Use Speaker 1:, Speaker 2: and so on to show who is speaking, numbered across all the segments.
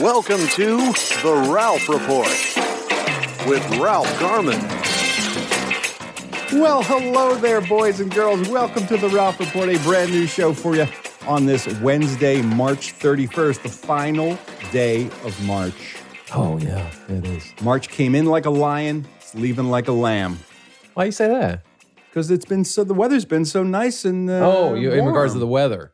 Speaker 1: Welcome to The Ralph Report with Ralph Garman.
Speaker 2: Well, hello there, boys and girls. Welcome to the Ralph Report, a brand new show for you on this Wednesday, March 31st, the final day of March.
Speaker 3: Oh yeah, it is.
Speaker 2: March came in like a lion, it's leaving like a lamb.
Speaker 3: Why you say that?
Speaker 2: Because it's been so, the weather's been so nice and. Uh,
Speaker 3: Oh, you, in regards to the
Speaker 2: warm.
Speaker 3: weather.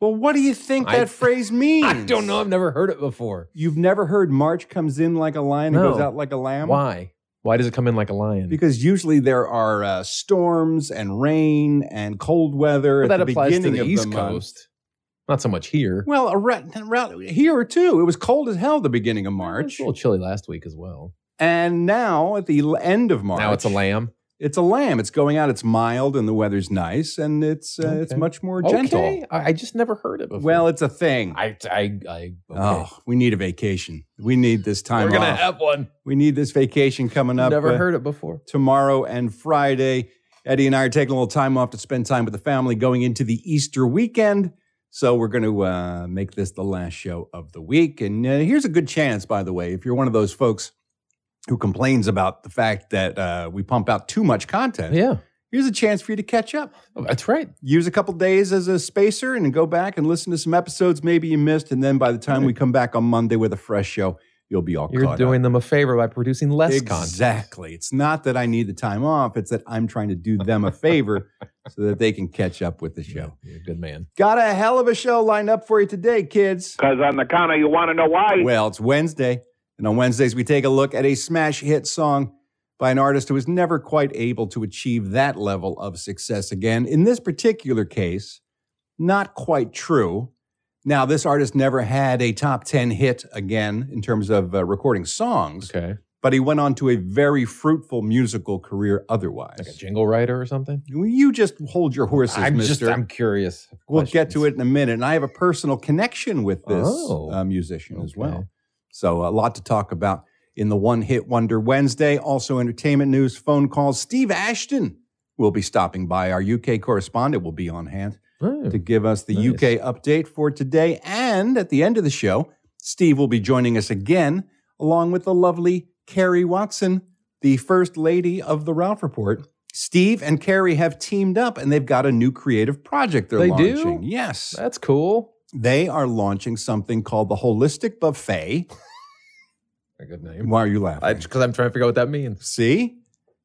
Speaker 2: Well, what do you think
Speaker 3: I-
Speaker 2: that phrase means?
Speaker 3: I don't know. I've never heard it before.
Speaker 2: You've never heard March comes in like a lion and
Speaker 3: No.
Speaker 2: goes out like a lamb?
Speaker 3: Why? Why does it come in like a lion?
Speaker 2: Because usually there are uh, storms and rain and cold weather
Speaker 3: But
Speaker 2: at
Speaker 3: that
Speaker 2: the
Speaker 3: applies to
Speaker 2: beginning
Speaker 3: the
Speaker 2: of
Speaker 3: East
Speaker 2: the month.
Speaker 3: Coast. Not so much here.
Speaker 2: Well, around, around here too, it was cold as hell the beginning of
Speaker 3: It was
Speaker 2: March,
Speaker 3: a little chilly last week as well.
Speaker 2: and now at the l- end of March,
Speaker 3: Now it's a lamb.
Speaker 2: It's a lamb. It's going out. It's mild, and the weather's nice, and it's uh, it's
Speaker 3: Okay.
Speaker 2: much more gentle.
Speaker 3: Okay, I, I just never heard it before.
Speaker 2: Well, it's a thing.
Speaker 3: I, I, I. Okay.
Speaker 2: Oh, we need a vacation. We need this time
Speaker 3: we're gonna
Speaker 2: off.
Speaker 3: have one.
Speaker 2: we need this vacation coming up.
Speaker 3: never
Speaker 2: uh,
Speaker 3: heard it before.
Speaker 2: tomorrow and Friday. Eddie and I are taking a little time off to spend time with the family going into the Easter weekend. So we're going to uh, make this the last show of the week. And uh, here's a good chance, by the way, if you're one of those folks who complains about the fact that uh, we pump out too much content,
Speaker 3: Yeah,
Speaker 2: here's a chance for you to catch up.
Speaker 3: Oh, that's right.
Speaker 2: Use a couple days as a spacer and go back and listen to some episodes maybe you missed. And then by the time we come back on Monday with a fresh show, you'll be all caught
Speaker 3: You're
Speaker 2: up
Speaker 3: doing them a favor by producing less content.
Speaker 2: exactly. It's not that I need the time off. It's that I'm trying to do them a favor so that they can catch up with the show.
Speaker 3: You're a good man.
Speaker 2: Got a hell of a show lined up for you today, kids.
Speaker 1: Because on the counter, you want to know why.
Speaker 2: Well, it's Wednesday, and on Wednesdays we take a look at a smash hit song by an artist who was never quite able to achieve that level of success again. In this particular case, not quite true. Now, this artist never had a top 10 hit again in terms of uh, recording songs
Speaker 3: Okay,
Speaker 2: but he went on to a very fruitful musical career otherwise.
Speaker 3: like a jingle writer or something.
Speaker 2: Will you just hold your horses,
Speaker 3: I'm
Speaker 2: mister?
Speaker 3: just. I'm curious.
Speaker 2: we'll get to
Speaker 3: Questions.
Speaker 2: it in a minute. And I have a personal connection with this
Speaker 3: Oh.
Speaker 2: uh, musician as
Speaker 3: Okay.
Speaker 2: well. So, a lot to talk about in the One Hit Wonder Wednesday. Also, entertainment news, phone calls. Steve Ashton will be stopping by. Our UK correspondent will be on hand
Speaker 3: Oh.
Speaker 2: to give us the
Speaker 3: Nice.
Speaker 2: UK update for today. And at the end of the show, Steve will be joining us again, along with the lovely Carrie Watson, the first lady of the Ralph Report. Steve and Carrie have teamed up and they've got a new creative project they're
Speaker 3: They do?
Speaker 2: launching. Yes.
Speaker 3: That's cool.
Speaker 2: They are launching something called the Holistic Buffet.
Speaker 3: A good name.
Speaker 2: Why are you laughing?
Speaker 3: Because I'm trying to figure out what that means.
Speaker 2: See?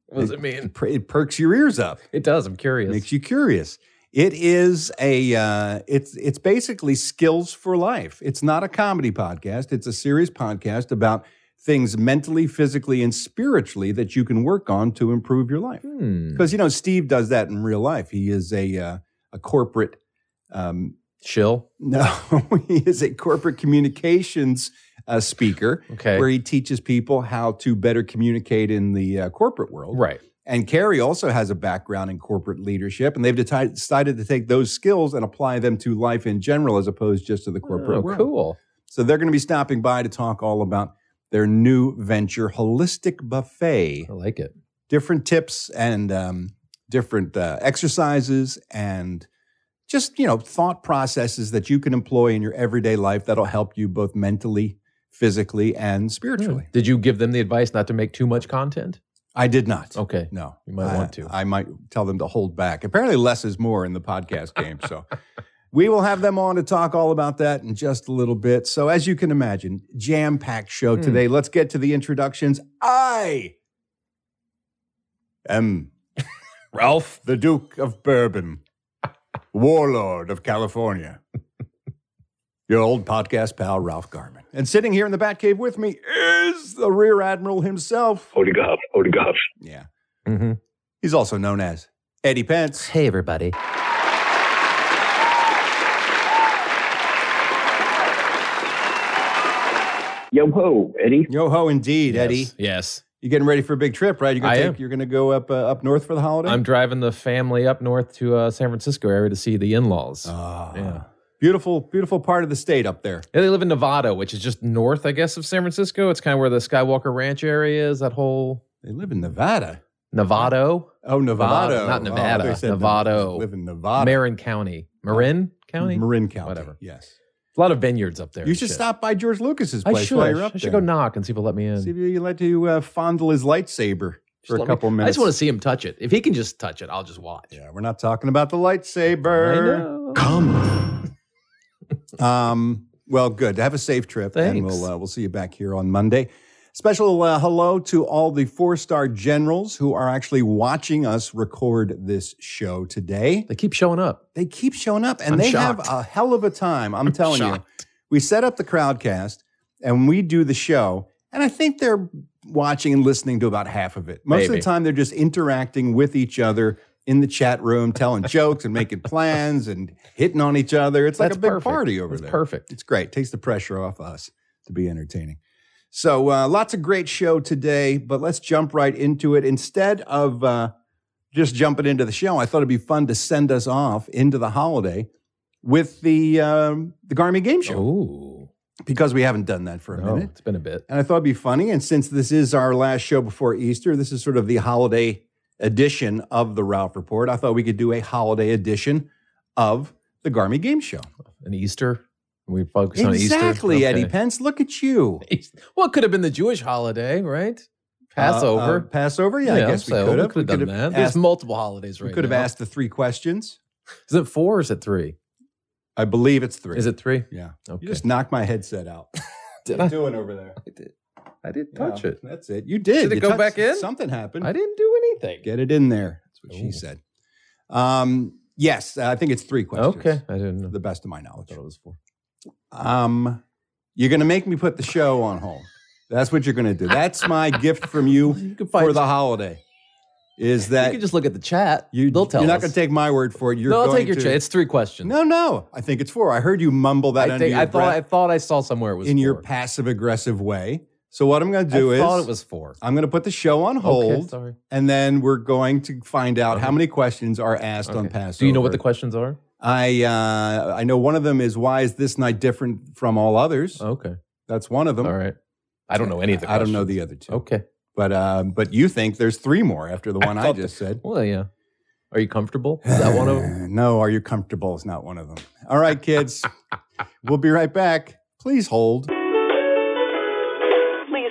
Speaker 3: What does it mean?
Speaker 2: Per- It perks your ears up.
Speaker 3: It does. I'm curious.
Speaker 2: Makes you curious. It is a uh, it's it's basically skills for life. It's not a comedy podcast. It's a serious podcast about things mentally, physically, and spiritually that you can work on to improve your life.
Speaker 3: hmm.
Speaker 2: Because you know Steve does that in real life. He is a uh, a corporate um,
Speaker 3: Chill.
Speaker 2: no, he is a corporate communications uh, speaker
Speaker 3: Okay.
Speaker 2: where he teaches people how to better communicate in the uh, corporate world.
Speaker 3: right.
Speaker 2: And Carrie also has a background in corporate leadership, and they've deti- decided to take those skills and apply them to life in general as opposed just to the corporate
Speaker 3: Oh,
Speaker 2: world.
Speaker 3: cool.
Speaker 2: So they're going to be stopping by to talk all about their new venture, Holistic Buffet.
Speaker 3: I like it. Hmm.
Speaker 2: Different tips and um, different uh, exercises and just, you know, thought processes that you can employ in your everyday life that'll help you both mentally, physically, and spiritually.
Speaker 3: Hmm. Did you give them the advice not to make too much content?
Speaker 2: I did not.
Speaker 3: Okay.
Speaker 2: No,
Speaker 3: You might want
Speaker 2: I-
Speaker 3: to.
Speaker 2: I might tell them to hold back. Apparently, less is more in the podcast game. So we will have them on to talk all about that in just a little bit. So, as you can imagine, jam packed show
Speaker 3: Hmm.
Speaker 2: today. Let's get to the introductions. I am
Speaker 3: Ralph.
Speaker 2: the Duke of Bourbon, Warlord of California. Your old podcast pal, Ralph Garman. And sitting here in the Batcave with me is the Rear Admiral himself.
Speaker 3: Oh.
Speaker 4: Odie Goff, Odie Goff.
Speaker 2: Yeah.
Speaker 3: Mm-hmm.
Speaker 2: He's also known as Eddie Pence.
Speaker 3: Hey, everybody.
Speaker 4: Yo ho, Eddie.
Speaker 2: Yo ho, indeed, Eddie.
Speaker 3: Yes. yes.
Speaker 2: You getting ready for a big trip, right? You're gonna
Speaker 3: I
Speaker 2: take,
Speaker 3: am.
Speaker 2: You're going to go up uh, up north for the holiday.
Speaker 3: I'm driving the family up north to uh, San Francisco area to see the in-laws.
Speaker 2: Ah.
Speaker 3: Yeah.
Speaker 2: Beautiful, beautiful part of the state up there.
Speaker 3: Yeah, they live in Nevada, which is just north, I guess, of San Francisco. It's kind of where the Skywalker Ranch area is. That whole
Speaker 2: They live in Nevada.
Speaker 3: Nevado,
Speaker 2: Oh, Nevada,
Speaker 3: Nevada, not
Speaker 2: Oh, I
Speaker 3: Nevada.
Speaker 2: thought you said
Speaker 3: Nevado.
Speaker 2: They Live in Nevada,
Speaker 3: Marin County, Marin County,
Speaker 2: Marin County.
Speaker 3: Whatever.
Speaker 2: Yes.
Speaker 3: a lot of vineyards up there.
Speaker 2: You
Speaker 3: and
Speaker 2: should
Speaker 3: shit.
Speaker 2: stop by George Lucas's
Speaker 3: I
Speaker 2: place
Speaker 3: should.
Speaker 2: while you're up
Speaker 3: I should
Speaker 2: there.
Speaker 3: go knock and see if he'll let me in.
Speaker 2: See if you like to uh, fondle his lightsaber
Speaker 3: Just
Speaker 2: for
Speaker 3: let
Speaker 2: a
Speaker 3: me-
Speaker 2: couple
Speaker 3: I
Speaker 2: minutes.
Speaker 3: just want to see him touch it. If he can just touch it, I'll just watch.
Speaker 2: yeah, we're not talking about the
Speaker 3: I
Speaker 2: lightsaber.
Speaker 3: know.
Speaker 2: Um, well, good. Have a safe trip, and
Speaker 3: Thanks.
Speaker 2: we'll uh, we'll see you back here on Monday. Special uh, hello to all the four star generals who are actually watching us record this show today.
Speaker 3: They keep showing up.
Speaker 2: They keep showing up, and
Speaker 3: I'm
Speaker 2: they have
Speaker 3: shocked.
Speaker 2: a hell of a time. I'm, telling you.
Speaker 3: shocked.
Speaker 2: we set up the crowdcast and we do the show and i think they're watching and listening to about half of it most of the
Speaker 3: Maybe.
Speaker 2: time they're just interacting with each other in the chat room telling jokes and making plans and hitting on each other it's like
Speaker 3: That's
Speaker 2: a big
Speaker 3: perfect.
Speaker 2: party over
Speaker 3: That's
Speaker 2: there
Speaker 3: perfect.
Speaker 2: it's great takes the pressure off us to be entertaining so uh, lots of great show today but let's jump right into it instead of uh, just jumping into the show i thought it'd be fun to send us off into the holiday with the um, the garmy game show
Speaker 3: Ooh,
Speaker 2: because we haven't done that for a
Speaker 3: Oh. no,
Speaker 2: minute.
Speaker 3: it's been a bit.
Speaker 2: And I thought it'd be funny. And since this is our last show before Easter, this is sort of the holiday edition of the Ralph Report. I thought we could do a holiday edition of the Garmy Game Show.
Speaker 3: An Easter. We focus on Easter.
Speaker 2: exactly, Eddie
Speaker 3: Okay.
Speaker 2: Pence. Look at you.
Speaker 3: Well, it could have been the Jewish holiday, right? Passover.
Speaker 2: Uh, uh, Passover. Yeah, I guess we
Speaker 3: so
Speaker 2: could have.
Speaker 3: We could have done that. There's
Speaker 2: asked,
Speaker 3: multiple holidays right
Speaker 2: we could have
Speaker 3: now.
Speaker 2: asked the three questions.
Speaker 3: Is it four or is it three?
Speaker 2: I believe it's three.
Speaker 3: Is it three?
Speaker 2: Yeah.
Speaker 3: Okay.
Speaker 2: You just knocked my headset out.
Speaker 3: did
Speaker 2: what
Speaker 3: I,
Speaker 2: are you doing over there?
Speaker 3: I did. I didn't
Speaker 2: Yeah,
Speaker 3: touch it.
Speaker 2: That's it. You did.
Speaker 3: Did it
Speaker 2: You
Speaker 3: go
Speaker 2: touched-
Speaker 3: back in?
Speaker 2: Something happened.
Speaker 3: I didn't Oh. do anything.
Speaker 2: Get it in there. That's what she
Speaker 3: Ooh.
Speaker 2: said. Um, yes, I think it's three questions.
Speaker 3: okay. I didn't know.
Speaker 2: To the best of my
Speaker 3: I
Speaker 2: knowledge.
Speaker 3: thought it was four.
Speaker 2: Um, you're going to make me put the show on hold. That's what you're going to do. That's my gift from you
Speaker 3: You can find
Speaker 2: for the holiday. Is
Speaker 3: You
Speaker 2: that
Speaker 3: can just look at the chat.
Speaker 2: you?
Speaker 3: They'll tell
Speaker 2: You're not
Speaker 3: us.
Speaker 2: going to take my word for it. You're
Speaker 3: no, I'll
Speaker 2: going
Speaker 3: take your
Speaker 2: to-
Speaker 3: chat. It's three questions.
Speaker 2: No, no. I think it's four. I heard you mumble that
Speaker 3: I,
Speaker 2: under
Speaker 3: think,
Speaker 2: your
Speaker 3: I thought I
Speaker 2: breath
Speaker 3: thought I saw somewhere it was
Speaker 2: in your
Speaker 3: four.
Speaker 2: passive aggressive way. So what I'm going to do
Speaker 3: I
Speaker 2: is
Speaker 3: thought it was four.
Speaker 2: I'm going to put the show on hold,
Speaker 3: Okay, sorry.
Speaker 2: and then we're going to find out how
Speaker 3: Okay.
Speaker 2: many questions are asked on
Speaker 3: Okay.
Speaker 2: Passover.
Speaker 3: Do you know what the questions are?
Speaker 2: I uh, I know one of them is why is this night different from all others?
Speaker 3: Okay.
Speaker 2: That's one of them.
Speaker 3: Oh. All right. I don't know any of the
Speaker 2: I don't know
Speaker 3: questions.
Speaker 2: the other two.
Speaker 3: Okay.
Speaker 2: But uh, but you think there's three more after the one I,
Speaker 3: thought
Speaker 2: just said?
Speaker 3: Well, yeah. Are you comfortable? Is that one of them?
Speaker 2: no, are you comfortable? Is not one of them. All right, kids, we'll be right back. Please hold.
Speaker 5: Please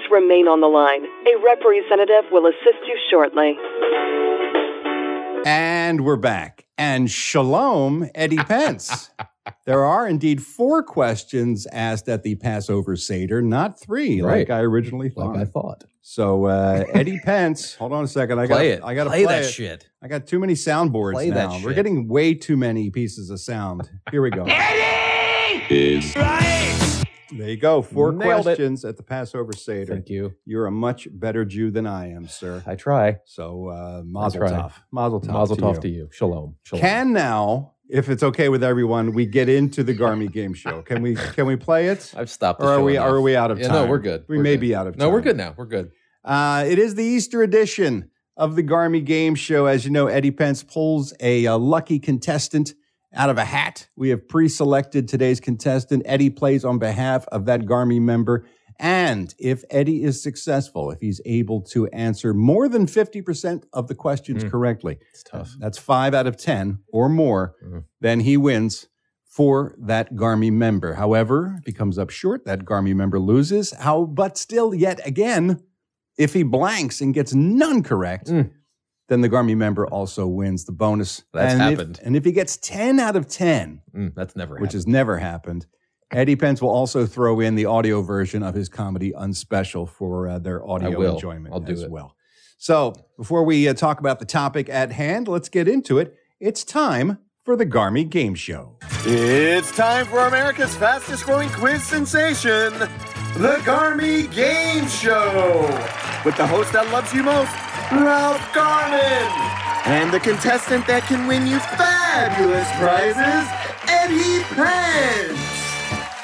Speaker 5: remain on the line. A representative will assist you shortly.
Speaker 2: And we're back. And shalom, Eddie Pence. there are indeed four questions asked at the Passover Seder, not three, like
Speaker 3: Right.
Speaker 2: I originally thought.
Speaker 3: Like I thought.
Speaker 2: So uh, Eddie Pence, hold on a second. I got
Speaker 3: Play it.
Speaker 2: I got to
Speaker 3: play,
Speaker 2: play,
Speaker 3: that
Speaker 2: it.
Speaker 3: shit.
Speaker 2: I got too many soundboards
Speaker 3: Play that
Speaker 2: now. We're
Speaker 3: shit.
Speaker 2: getting way too many pieces of sound. Here we go. There you go. Four
Speaker 3: Nailed it.
Speaker 2: questions at the Passover Seder.
Speaker 3: Thank you.
Speaker 2: You. are a much better Jew than I am, sir.
Speaker 3: I try.
Speaker 2: So uh, mazel
Speaker 3: right.
Speaker 2: tov. Mazel tov.
Speaker 3: Mazel
Speaker 2: to
Speaker 3: tov
Speaker 2: you.
Speaker 3: to you. Shalom. Shalom.
Speaker 2: Can now, if it's okay with everyone, we get into the Garmy game show? Can we? Can we play it?
Speaker 3: I've stopped. The
Speaker 2: Or are
Speaker 3: show
Speaker 2: we?
Speaker 3: enough.
Speaker 2: Are we out of
Speaker 3: Yeah,
Speaker 2: time?
Speaker 3: No, we're good.
Speaker 2: We
Speaker 3: We're
Speaker 2: may
Speaker 3: good.
Speaker 2: be out of time.
Speaker 3: No, we're good now. We're good.
Speaker 2: Uh, it is the Easter edition of the Garmy Game Show. As you know, Eddie Pence pulls a, uh lucky contestant out of a hat. We have pre selected today's contestant. Eddie plays on behalf of that Garmy member. And if Eddie is successful, if he's able to answer more than 50% of the questions
Speaker 3: Mm.
Speaker 2: correctly,
Speaker 3: It's tough.
Speaker 2: that's five out of 10 or more,
Speaker 3: Mhm.
Speaker 2: then he wins for that Garmy member. However, if he comes up short, that Garmy member loses. How, but still, yet again, if he blanks and gets none correct,
Speaker 3: Mm.
Speaker 2: then the Garmy member also wins the bonus.
Speaker 3: That's
Speaker 2: and
Speaker 3: happened.
Speaker 2: If, and if he gets 10 out of 10,
Speaker 3: Mm, that's never.
Speaker 2: which
Speaker 3: happened.
Speaker 2: has never happened, Eddie Pence will also throw in the audio version of his comedy Unspecial for uh, their audio
Speaker 3: will.
Speaker 2: enjoyment
Speaker 3: I'll do
Speaker 2: as
Speaker 3: it.
Speaker 2: well. So before we uh, talk about the topic at hand, let's get into it. It's time for the Garmy Game Show.
Speaker 1: It's time for America's fastest growing quiz sensation, the Garmy Game Show, with the host that loves you most, Ralph Garman, and the contestant that can win you fabulous prizes, Eddie Pence.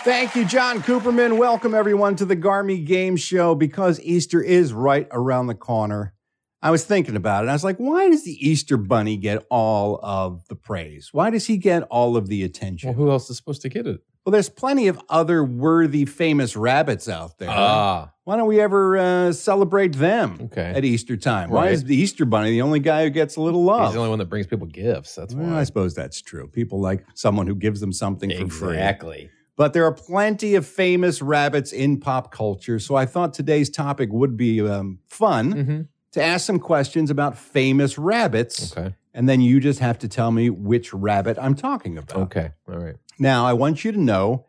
Speaker 2: Thank you, John Cooperman. Welcome, everyone, to the Garmy Game Show because Easter is right around the corner. I was thinking about it. I was like, why does the Easter Bunny get all of the praise? Why does he get all of the attention?
Speaker 3: Well,
Speaker 2: Well,
Speaker 3: who else is supposed to get it?
Speaker 2: there's plenty of other worthy, famous rabbits out there.
Speaker 3: Ah,
Speaker 2: why don't we ever uh, celebrate them
Speaker 3: Okay.
Speaker 2: at Easter time? Why
Speaker 3: Right.
Speaker 2: is the Easter Bunny the only guy who gets a little love?
Speaker 3: he's the only one that brings people gifts. That's
Speaker 2: Oh. Well,
Speaker 3: why.
Speaker 2: I suppose that's true. People like someone who gives them something for free.
Speaker 3: exactly.
Speaker 2: But there are plenty of famous rabbits in pop culture. So I thought today's topic would be um, fun
Speaker 3: Mhm.
Speaker 2: to ask some questions about famous rabbits.
Speaker 3: Okay.
Speaker 2: And then you just have to tell me which rabbit I'm talking about.
Speaker 3: Okay. All right.
Speaker 2: Now, I want you to know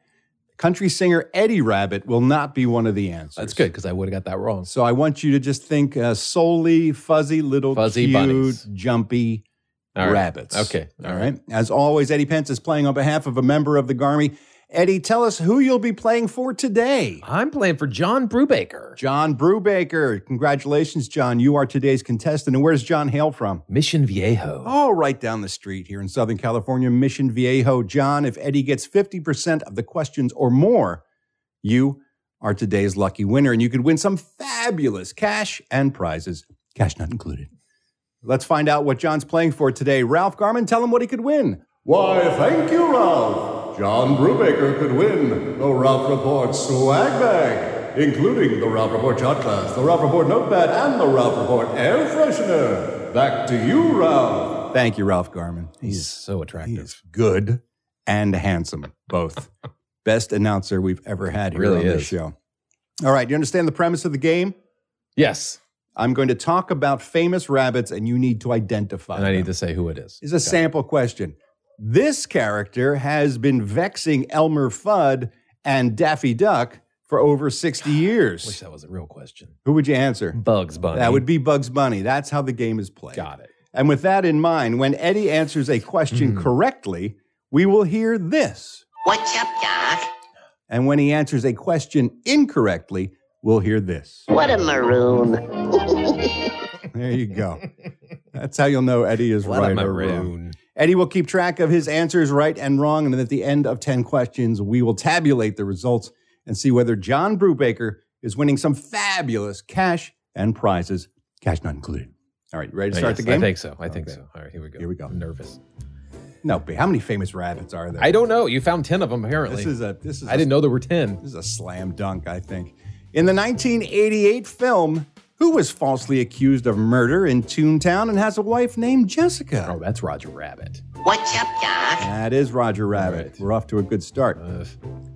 Speaker 2: country singer Eddie Rabbit will not be one of the answers.
Speaker 3: That's good because I would have got that wrong.
Speaker 2: So I want you to just think uh, solely fuzzy little
Speaker 3: Fuzzy
Speaker 2: cute,
Speaker 3: bunnies.
Speaker 2: jumpy
Speaker 3: All right.
Speaker 2: rabbits.
Speaker 3: Okay.
Speaker 2: All right. As always, Eddie Pence is playing on behalf of a member of the Garmy. Eddie, tell us who you'll be playing for today.
Speaker 3: I'm playing for John Brubaker,
Speaker 2: John Brubaker. Congratulations, John. You are today's contestant. And where's John hail from?
Speaker 3: Mission Viejo.
Speaker 2: Oh, right down the street here in Southern California, Mission Viejo. John, if Eddie gets 50% of the questions or more, you are today's lucky winner, and you could win some fabulous cash and prizes, cash not included. Let's find out what John's playing for today. Ralph Garman, tell him what he could win.
Speaker 4: Why, thank you, Ralph. John Brubaker could win the Ralph Report swag bag, including the Ralph Report shot glass, the Ralph Report notepad, and the Ralph Report air freshener. Back to you, Ralph.
Speaker 2: Thank you, Ralph Garman.
Speaker 3: He's so attractive.
Speaker 2: He's good and handsome, both. Best announcer we've ever had here
Speaker 3: Really
Speaker 2: on this
Speaker 3: is.
Speaker 2: show. All right, you understand the premise of the game?
Speaker 3: yes.
Speaker 2: I'm going to talk about famous rabbits, and you need to identify.
Speaker 3: And I need
Speaker 2: them.
Speaker 3: to say who it is.
Speaker 2: This is a sample question. This character has been vexing Elmer Fudd and Daffy Duck for over 60
Speaker 3: Wish
Speaker 2: years.
Speaker 3: that was a real question.
Speaker 2: Who would you answer?
Speaker 3: Bugs Bunny.
Speaker 2: That would be Bugs Bunny. That's how the game is played.
Speaker 3: Got it. Hmm.
Speaker 2: And with that in mind, when Eddie answers a question correctly, we will hear this.
Speaker 6: What's up, Doc?
Speaker 2: And when he answers a question incorrectly, we'll hear this.
Speaker 6: What a maroon.
Speaker 2: There you go. That's how you'll know Eddie is
Speaker 3: What
Speaker 2: right
Speaker 3: a
Speaker 2: or wrong.
Speaker 3: maroon.
Speaker 2: Eddie will keep track of his answers right and wrong, and then at the end of 10 questions, we will tabulate the results and see whether John Brubaker is winning some fabulous cash and prizes, cash not included. All right, you ready to start
Speaker 3: Uh, Yes,
Speaker 2: the game?
Speaker 3: I think so. I think
Speaker 2: Okay.
Speaker 3: so. All right, here we go.
Speaker 2: Here we go.
Speaker 3: I'm nervous.
Speaker 2: No, but how many famous rabbits are there?
Speaker 3: I don't know. You found 10 of them, apparently.
Speaker 2: This is a this is
Speaker 3: I
Speaker 2: a
Speaker 3: didn't know there were 10.
Speaker 2: This is a slam dunk, I think. In the 1988 film, who was falsely accused of murder in Toontown and has a wife named Jessica?
Speaker 3: Oh, that's Roger Rabbit.
Speaker 6: What's up, Doc?
Speaker 2: That is Roger Rabbit.
Speaker 3: Right. Uh,
Speaker 2: We're off to a good start.
Speaker 3: Ugh.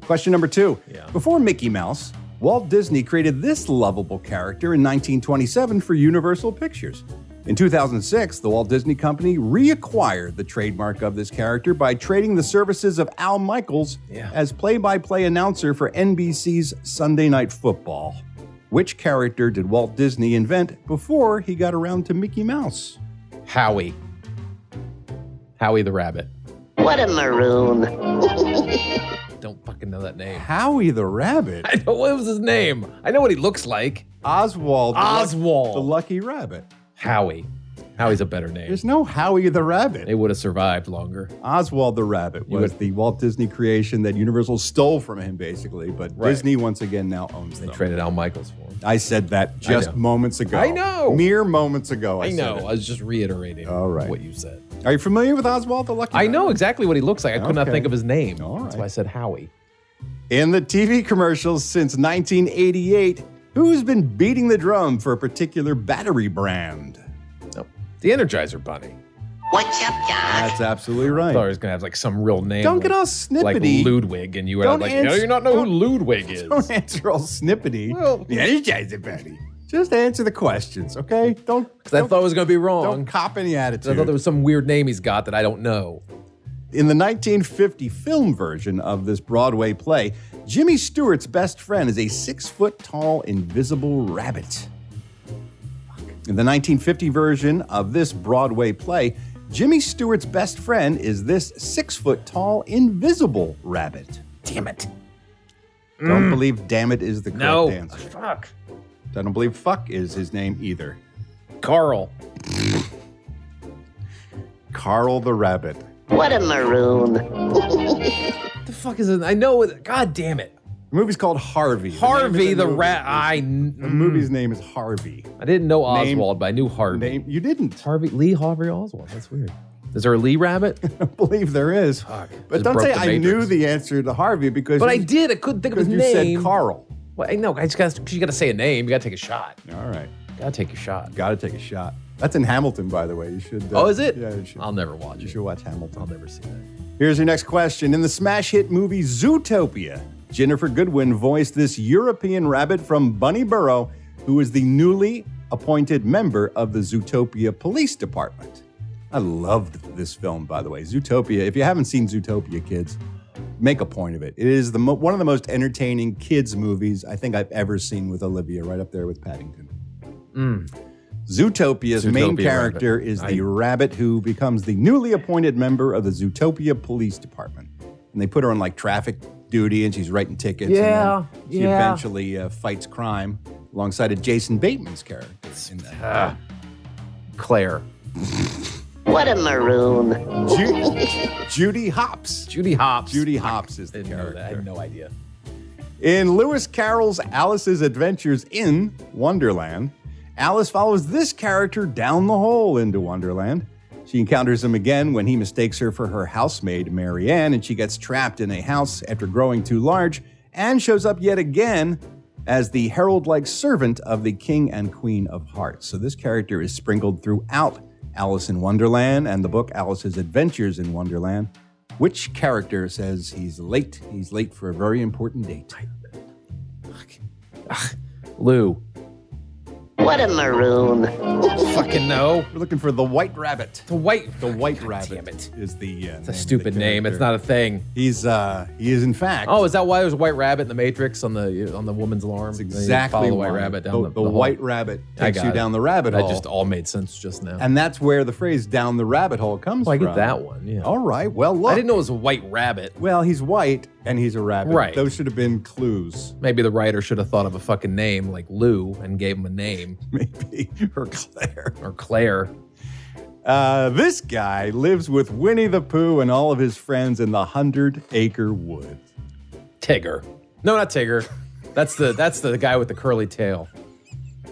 Speaker 2: Question number two.
Speaker 3: Yeah.
Speaker 2: Before Mickey Mouse, Walt Disney created this lovable character in 1927 for Universal Pictures. In 2006, the Walt Disney Company reacquired the trademark of this character by trading the services of Al Michaels
Speaker 3: Yeah.
Speaker 2: as play by play announcer for NBC's Sunday Night Football. Which character did Walt Disney invent before he got around to Mickey Mouse?
Speaker 3: Howie. Howie the Rabbit.
Speaker 6: What a maroon.
Speaker 3: Don't fucking know that name.
Speaker 2: Howie the Rabbit.
Speaker 3: I know what was his name. I know what he looks like.
Speaker 2: Oswald. the Luck-
Speaker 3: Oswald.
Speaker 2: The Lucky Rabbit.
Speaker 3: Howie. Howie's a better name.
Speaker 2: There's no Howie the Rabbit.
Speaker 3: They would have survived longer.
Speaker 2: Oswald the Rabbit
Speaker 3: You
Speaker 2: was
Speaker 3: would-
Speaker 2: the Walt Disney creation that Universal stole from him, basically. But
Speaker 3: Right.
Speaker 2: Disney once again now owns
Speaker 3: They
Speaker 2: them.
Speaker 3: traded Al Michaels for him.
Speaker 2: I said that just
Speaker 3: know.
Speaker 2: moments ago.
Speaker 3: I know.
Speaker 2: Mere moments ago. I,
Speaker 3: I
Speaker 2: said
Speaker 3: know.
Speaker 2: it.
Speaker 3: I was just reiterating
Speaker 2: All right.
Speaker 3: what you said.
Speaker 2: Are you familiar with Oswald the Lucky?
Speaker 3: I know
Speaker 2: Rabbit?
Speaker 3: exactly what he looks like. I could not
Speaker 2: Okay.
Speaker 3: think of his name.
Speaker 2: All
Speaker 3: That's
Speaker 2: right.
Speaker 3: why I said Howie.
Speaker 2: In the TV commercials since 1988, who's been beating the drum for a particular battery brand?
Speaker 3: No. The Energizer Bunny.
Speaker 6: What's up, Doc?
Speaker 2: That's absolutely
Speaker 3: I thought he
Speaker 2: right.
Speaker 3: was gonna have like some real name.
Speaker 2: Don't
Speaker 3: like,
Speaker 2: get all
Speaker 3: like
Speaker 2: snippety.
Speaker 3: Ludwig, and you were
Speaker 2: Don't
Speaker 3: like,
Speaker 2: ans-
Speaker 3: "No, you not know who
Speaker 2: don't-
Speaker 3: Ludwig is."
Speaker 2: Don't answer all snippety.
Speaker 3: Well-
Speaker 2: the energizer bunny. Just answer the questions, okay? Don't.
Speaker 3: 'Cause I thought it was gonna be
Speaker 2: Don't
Speaker 3: wrong.
Speaker 2: cop any attitude.
Speaker 3: I thought there was some weird name he's got that I don't know.
Speaker 2: In the 1950 film version of this Broadway play, Jimmy Stewart's best friend is a six foot tall invisible rabbit. In the 1950 version of this Broadway play, Jimmy Stewart's best friend is this six foot tall invisible rabbit.
Speaker 3: Damn it!
Speaker 2: Don't believe damn it is the correct
Speaker 3: Mm. No.
Speaker 2: answer.
Speaker 3: Fuck.
Speaker 2: I don't believe fuck is his name either.
Speaker 3: Carl.
Speaker 2: Carl the rabbit.
Speaker 6: What a maroon.
Speaker 3: fuck is it? I know. It, God damn it.
Speaker 2: The movie's called Harvey. The name
Speaker 3: Harvey
Speaker 2: of
Speaker 3: the Mm.
Speaker 2: movie
Speaker 3: Rat.
Speaker 2: is-
Speaker 3: I, kn-
Speaker 2: The movie's name is Harvey.
Speaker 3: I didn't know
Speaker 2: Name-
Speaker 3: Oswald, but I knew Harvey.
Speaker 2: Name you didn't.
Speaker 3: Harvey Lee Harvey Oswald. That's weird. Is there a Lee Rabbit?
Speaker 2: I believe there is. But
Speaker 3: Just
Speaker 2: don't
Speaker 3: broke
Speaker 2: say
Speaker 3: the
Speaker 2: I knew
Speaker 3: matrix.
Speaker 2: the answer to Harvey because
Speaker 3: But I
Speaker 2: you-
Speaker 3: did. I couldn't think of
Speaker 2: because you
Speaker 3: his name.
Speaker 2: said Carl.
Speaker 3: Well, I know. I just got. You got to say a name. You got to take a shot.
Speaker 2: All right.
Speaker 3: Got to take your shot.
Speaker 2: Got to take a shot. That's in Hamilton, by the way. You should. uh,
Speaker 3: Oh, is it?
Speaker 2: Yeah, you should.
Speaker 3: I'll never watch
Speaker 2: you
Speaker 3: it.
Speaker 2: should watch Hamilton.
Speaker 3: I'll never see that.
Speaker 2: Here's your next question. In the smash hit movie Zootopia, Jennifer Goodwin voiced this European rabbit from Bunny Burrow, who is the newly appointed member of the Zootopia Police Department. I loved this film, by the way. Zootopia. If you haven't seen Zootopia, kids, make a point of it. It is the mo- one of the most entertaining kids movies I think I've ever seen with Olivia, right up there with Paddington. Zootopia's main
Speaker 3: Mm. Zootopia
Speaker 2: character
Speaker 3: rabbit.
Speaker 2: is the rabbit who becomes the newly appointed member of the Zootopia Police Department. And they put her on like traffic duty and she's writing tickets. and then
Speaker 3: Yeah,
Speaker 2: she
Speaker 3: yeah.
Speaker 2: eventually uh, fights crime alongside of Jason Bateman's character. In that.
Speaker 3: Ah. Claire.
Speaker 6: What a maroon.
Speaker 2: Ju- Judy Hopps.
Speaker 3: Judy Hopps.
Speaker 2: Judy Hopps is
Speaker 3: I
Speaker 2: the
Speaker 3: didn't know that. I
Speaker 2: character.
Speaker 3: had no idea.
Speaker 2: In Lewis Carroll's Alice's Adventures in Wonderland, Alice follows this character down the hole into Wonderland. She encounters him again when he mistakes her for her housemaid, Marianne, and she gets trapped in a house after growing too large and shows up yet again as the herald like servant of the King and Queen of Hearts. So this character is sprinkled throughout Alice in Wonderland and the book Alice's Adventures in Wonderland. Which character says he's late? He's late for a very important date.
Speaker 3: Lou.
Speaker 6: What a maroon.
Speaker 3: Fucking no.
Speaker 2: We're looking for the White Rabbit.
Speaker 3: The white.
Speaker 2: The White
Speaker 3: God
Speaker 2: Rabbit
Speaker 3: Damn it.
Speaker 2: is the. Uh,
Speaker 3: It's a stupid name. It's not a thing.
Speaker 2: He's uh, he is in fact.
Speaker 3: Oh, is that why it was White Rabbit in the Matrix on the on the woman's alarm? That's
Speaker 2: exactly
Speaker 3: Follow the White
Speaker 2: why.
Speaker 3: Rabbit down
Speaker 2: The,
Speaker 3: the,
Speaker 2: the
Speaker 3: hall.
Speaker 2: White Rabbit
Speaker 3: I
Speaker 2: takes
Speaker 3: got
Speaker 2: you
Speaker 3: it.
Speaker 2: down the rabbit
Speaker 3: That
Speaker 2: hole.
Speaker 3: just all made sense just now.
Speaker 2: and that's where the phrase "down the rabbit hole" comes
Speaker 3: oh, I
Speaker 2: from.
Speaker 3: get that one. Yeah.
Speaker 2: All right. Well, look.
Speaker 3: I didn't know it was a White Rabbit.
Speaker 2: Well, he's white and he's a rabbit.
Speaker 3: Right.
Speaker 2: Those should have been clues.
Speaker 3: Maybe the writer should have thought of a fucking name like Lou and gave him a name
Speaker 2: Maybe or Claire.
Speaker 3: or Claire.
Speaker 2: Uh, this guy lives with Winnie the Pooh and all of his friends in the Hundred Acre Wood.
Speaker 3: Tigger. No, not Tigger. That's the that's the guy with the curly tail.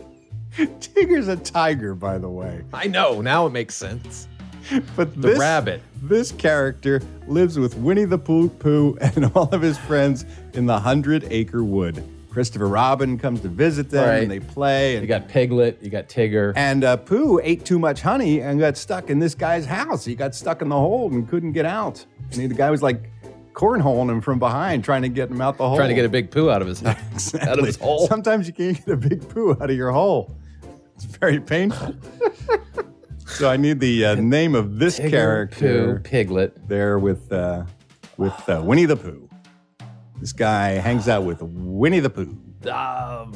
Speaker 2: Tigger's a tiger, by the way.
Speaker 3: I know. Now it makes sense.
Speaker 2: But
Speaker 3: The
Speaker 2: this,
Speaker 3: rabbit.
Speaker 2: This character lives with Winnie the Pooh Pooh and all of his friends in the Hundred Acre Wood. Christopher Robin comes to visit them
Speaker 3: Right.
Speaker 2: and they play.
Speaker 3: You
Speaker 2: And,
Speaker 3: got Piglet. You got Tigger.
Speaker 2: and uh, Pooh ate too much honey and got stuck in this guy's house. He got stuck in the hole and couldn't get out. And he- the guy was like cornholing him from behind, trying to get him out the hole.
Speaker 3: Trying to get a big poo out of his out of his hole.
Speaker 2: Sometimes you can't get a big poo out of your hole. It's very painful. so I need the uh, name of this
Speaker 3: Tigger,
Speaker 2: character.
Speaker 3: Pooh, Piglet.
Speaker 2: there with uh, with uh, Winnie the Pooh. This guy hangs out with Winnie the Pooh.
Speaker 3: Uh,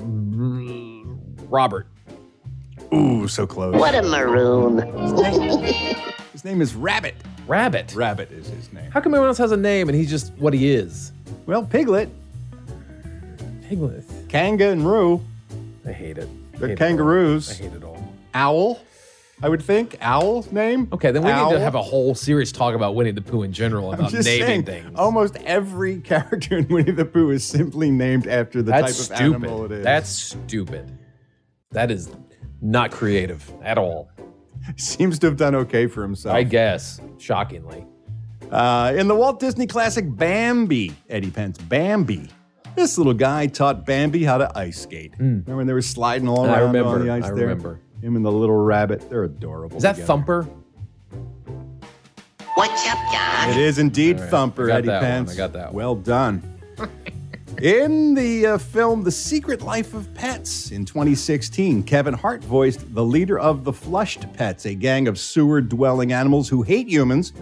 Speaker 3: Robert.
Speaker 2: Ooh, so close.
Speaker 6: What a maroon.
Speaker 2: His name is Rabbit.
Speaker 3: Rabbit.
Speaker 2: Rabbit is his name.
Speaker 3: How come everyone else has a name and he's just what he is?
Speaker 2: Well, Piglet,
Speaker 3: Piglet.
Speaker 2: Kanga, and Roo.
Speaker 3: I hate it.
Speaker 2: They're
Speaker 3: Hate it all. I
Speaker 2: kangaroos.
Speaker 3: hate it all.
Speaker 2: Owl, I would think. Owl's name.
Speaker 3: Okay, then we need
Speaker 2: Owl.
Speaker 3: to have a whole serious talk about Winnie the Pooh in general
Speaker 2: I'm
Speaker 3: about naming
Speaker 2: just saying, oh,
Speaker 3: things.
Speaker 2: almost every character in Winnie the Pooh is simply named after the
Speaker 3: That's
Speaker 2: type of
Speaker 3: stupid.
Speaker 2: animal it is.
Speaker 3: That's stupid. That is not creative at all.
Speaker 2: seems to have done okay for himself.
Speaker 3: I guess, shockingly.
Speaker 2: Uh, in the Walt Disney classic Bambi, Eddie Pence, Bambi. This little guy taught Bambi how to ice skate. Remember when they were sliding all
Speaker 3: Hmm. I
Speaker 2: around on
Speaker 3: remember,
Speaker 2: the ice
Speaker 3: I
Speaker 2: there?
Speaker 3: remember.
Speaker 2: Him and the little rabbit, they're adorable.
Speaker 3: Is that
Speaker 2: together.
Speaker 3: Thumper?
Speaker 6: What's up, Doc?
Speaker 2: It is indeed
Speaker 3: right.
Speaker 2: Thumper,
Speaker 3: I got
Speaker 2: Eddie
Speaker 3: that one,
Speaker 2: Pence.
Speaker 3: I got that one.
Speaker 2: Well done. in the uh, film The Secret Life of Pets in 2016, Kevin Hart voiced the leader of the Flushed Pets, a gang of sewer dwelling animals who hate humans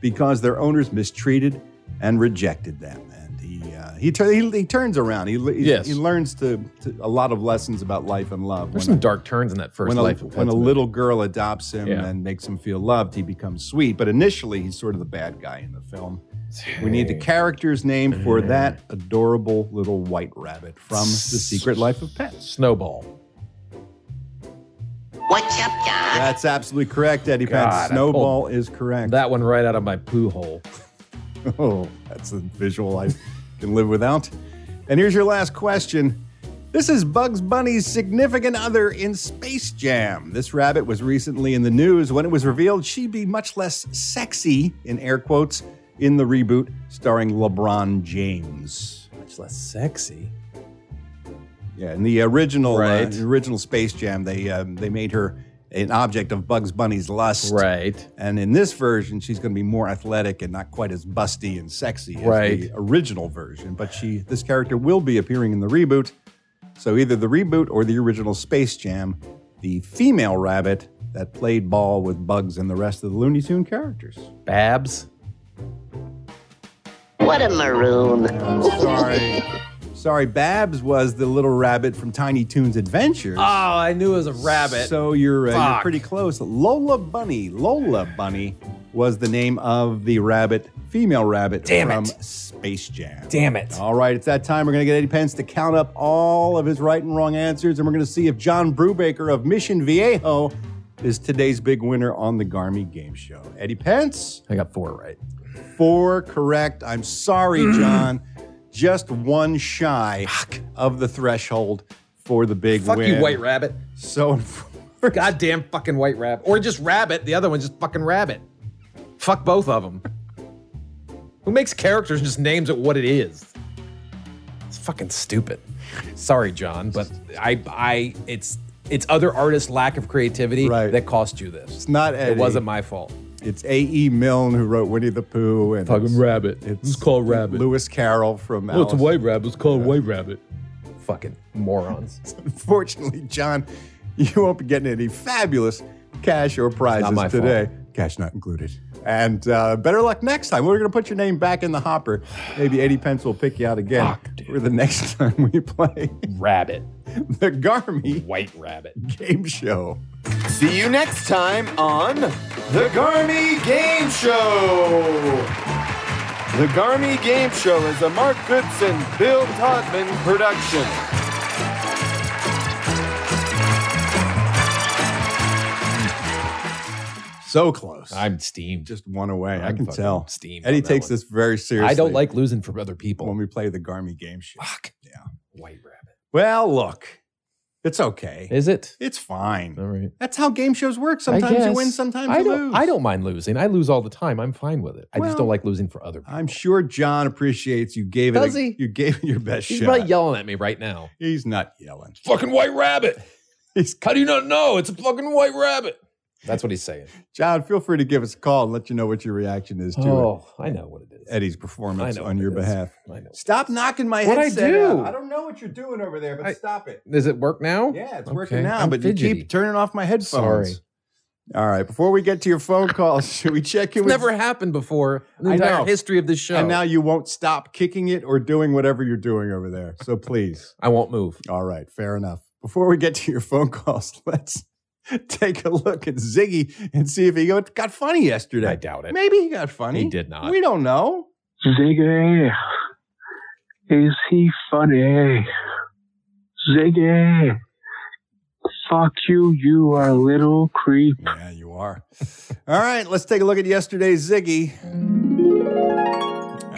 Speaker 2: because their owners mistreated and rejected them. And he uh, he, tur- he he turns around. He he,
Speaker 3: Yes.
Speaker 2: he learns to, to a lot of lessons about life and love.
Speaker 3: There's
Speaker 2: When
Speaker 3: some dark turns in that first
Speaker 2: when a,
Speaker 3: life. of
Speaker 2: when a
Speaker 3: Pets movie.
Speaker 2: little girl adopts him
Speaker 3: Yeah.
Speaker 2: and makes him feel loved, he becomes sweet. But initially, he's sort of the bad guy in the film. We need the character's name for that adorable little white rabbit from The Secret Life of Pets.
Speaker 3: snowball.
Speaker 6: What's up, Doc?
Speaker 2: That's absolutely correct, Eddie Pence.
Speaker 3: God, I
Speaker 2: Snowball is correct.
Speaker 3: That one right out of my poo hole.
Speaker 2: Oh, that's a visual I can live without. And here's your last question. This is Bugs Bunny's significant other in Space Jam. This rabbit was recently in the news when it was revealed she'd be much less sexy, in air quotes, in the reboot starring LeBron James.
Speaker 3: Much less sexy.
Speaker 2: Yeah, in the original, uh,
Speaker 3: Right.
Speaker 2: the original Space Jam, they um, they made her an object of Bugs Bunny's lust.
Speaker 3: Right.
Speaker 2: And in this version, she's going to be more athletic and not quite as busty and sexy as
Speaker 3: Right.
Speaker 2: the original version. But she, this character, will be appearing in the reboot. So either the reboot or the original Space Jam, the female rabbit that played ball with Bugs and the rest of the Looney Tune characters.
Speaker 3: Babs.
Speaker 6: What a maroon.
Speaker 2: I'm sorry. sorry, Babs was the little rabbit from Tiny Toons Adventures.
Speaker 3: Oh, I knew it was a rabbit.
Speaker 2: So you're, uh, you're
Speaker 3: Fuck.
Speaker 2: pretty close. Lola Bunny. Lola Bunny was the name of the rabbit, female rabbit
Speaker 3: Damn
Speaker 2: from
Speaker 3: it.
Speaker 2: Space Jam.
Speaker 3: Damn it.
Speaker 2: All right, it's that time. We're going to get Eddie Pence to count up all of his right and wrong answers, and we're going to see if John Brubaker of Mission Viejo is today's big winner on the Garmy Game Show. Eddie Pence,
Speaker 3: I got four right.
Speaker 2: four correct. I'm sorry,
Speaker 3: Mm.
Speaker 2: John. Just one shy of the threshold for the big
Speaker 3: Fuck
Speaker 2: win.
Speaker 3: you, White Rabbit.
Speaker 2: So unfortunately.
Speaker 3: Goddamn fucking White Rabbit. Or just Rabbit. The other one's just fucking Rabbit. Fuck both of them. Who makes characters and just names it what it is? It's fucking stupid. Sorry, John, but I, I, it's, it's other artists' lack of creativity
Speaker 2: Right.
Speaker 3: that cost you this. It's
Speaker 2: not Eddie.
Speaker 3: It wasn't my fault.
Speaker 2: It's A.E. Milne who wrote Winnie the Pooh and it's-
Speaker 3: rabbit.
Speaker 2: it's Lewis Carroll from Alice.
Speaker 3: rabbit. It's called white rabbit. Fucking morons.
Speaker 2: Unfortunately, John, you won't be getting any fabulous cash or prizes
Speaker 3: my fault.
Speaker 2: today. Cash not included. And uh, better luck next time. We're going to put your name back in the hopper. Maybe Eddie Pence will pick you out again for the next time we play
Speaker 3: rabbit.
Speaker 2: the Garmy
Speaker 3: White rabbit.
Speaker 2: Game Show.
Speaker 1: See you next time on The Garmy Game Show. The Garmy Game Show is a Mark Goodson, Bill Todman production.
Speaker 2: So close.
Speaker 3: I'm steamed.
Speaker 2: just one away. i
Speaker 3: I'm
Speaker 2: can
Speaker 3: fucking
Speaker 2: tell.
Speaker 3: steamed
Speaker 2: Eddie
Speaker 3: on that
Speaker 2: takes
Speaker 3: one.
Speaker 2: this very seriously.
Speaker 3: I don't like losing from other people.
Speaker 2: when we play the Garmy Game Show.
Speaker 3: Fuck.
Speaker 2: Yeah.
Speaker 3: White rabbit.
Speaker 2: Well, look, it's okay.
Speaker 3: Is it?
Speaker 2: It's fine.
Speaker 3: All right.
Speaker 2: That's how game shows work. Sometimes you win, sometimes
Speaker 3: I
Speaker 2: you
Speaker 3: don't,
Speaker 2: lose.
Speaker 3: I don't mind losing. I lose all the time. I'm fine with it. I just
Speaker 2: Well,
Speaker 3: don't like losing for other people.
Speaker 2: I'm sure John appreciates you gave it.
Speaker 3: Does
Speaker 2: a-
Speaker 3: he?
Speaker 2: You gave it your best
Speaker 3: He's
Speaker 2: shot.
Speaker 3: probably yelling at me right now.
Speaker 2: He's not yelling.
Speaker 3: Fucking white rabbit.
Speaker 2: He's-
Speaker 3: How do you not know? It's a fucking white rabbit. That's what he's saying.
Speaker 2: John, feel free to give us a call and let you know what your reaction is to it.
Speaker 3: Oh, I know what it is.
Speaker 2: Eddie's
Speaker 3: I
Speaker 2: performance
Speaker 3: know
Speaker 2: on
Speaker 3: what
Speaker 2: your
Speaker 3: it is.
Speaker 2: behalf.
Speaker 3: I know.
Speaker 2: Stop knocking my
Speaker 3: What'd I
Speaker 2: headset
Speaker 3: do?
Speaker 2: out. I don't know what you're doing over there, but
Speaker 3: I-
Speaker 2: stop it.
Speaker 3: Does it work now?
Speaker 2: Yeah, it's
Speaker 3: Okay,
Speaker 2: working now,
Speaker 3: I'm
Speaker 2: but you
Speaker 3: fidgety.
Speaker 2: keep turning off my headphones.
Speaker 3: Sorry.
Speaker 2: All right, before we get to your phone calls, should we check in
Speaker 3: It's
Speaker 2: with
Speaker 3: never happened before in the
Speaker 2: I
Speaker 3: entire
Speaker 2: know.
Speaker 3: history of this show.
Speaker 2: And now you won't stop kicking it or doing whatever you're doing over there. So please.
Speaker 3: I won't move.
Speaker 2: All right, fair enough. Before we get to your phone calls, let's take a look at Ziggy and see if he got got funny yesterday.
Speaker 3: I doubt it.
Speaker 2: Maybe he got funny.
Speaker 3: He did not.
Speaker 2: We don't know.
Speaker 7: Ziggy, is he funny? Ziggy, fuck you, you are a little creep.
Speaker 2: Yeah, you are. All right, let's take a look at yesterday's Ziggy.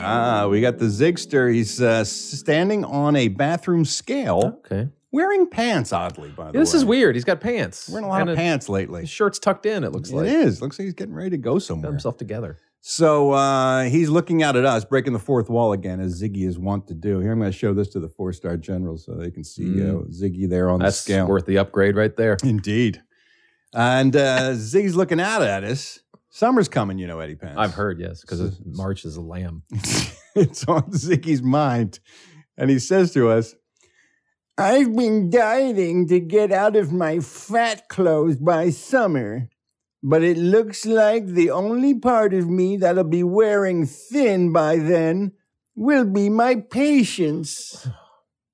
Speaker 2: Ah, we got the Zigster. He's uh, standing on a bathroom scale,
Speaker 3: Okay.
Speaker 2: wearing pants, oddly, by the way.
Speaker 3: This is weird. He's got pants.
Speaker 2: Wearing a lot
Speaker 3: And
Speaker 2: of pants lately.
Speaker 3: His shirt's tucked in, it looks like.
Speaker 2: It is. Looks like he's getting ready to go
Speaker 3: Got
Speaker 2: somewhere.
Speaker 3: himself together.
Speaker 2: So uh, he's looking out at us, breaking the fourth wall again, as Ziggy is wont to do. Here, I'm going to show this to the four star general so they can see uh,
Speaker 3: Mm.
Speaker 2: Ziggy there on
Speaker 3: That's
Speaker 2: the scale.
Speaker 3: worth the upgrade right there.
Speaker 2: Indeed. And uh, Ziggy's looking out at us. Summer's coming, you know, Eddie Pence.
Speaker 3: I've heard, yes, because March is a lamb.
Speaker 2: it's on Ziggy's mind. And he says to us, I've been dying to get out of my fat clothes by summer, but it looks like the only part of me that'll be wearing thin by then will be my patience.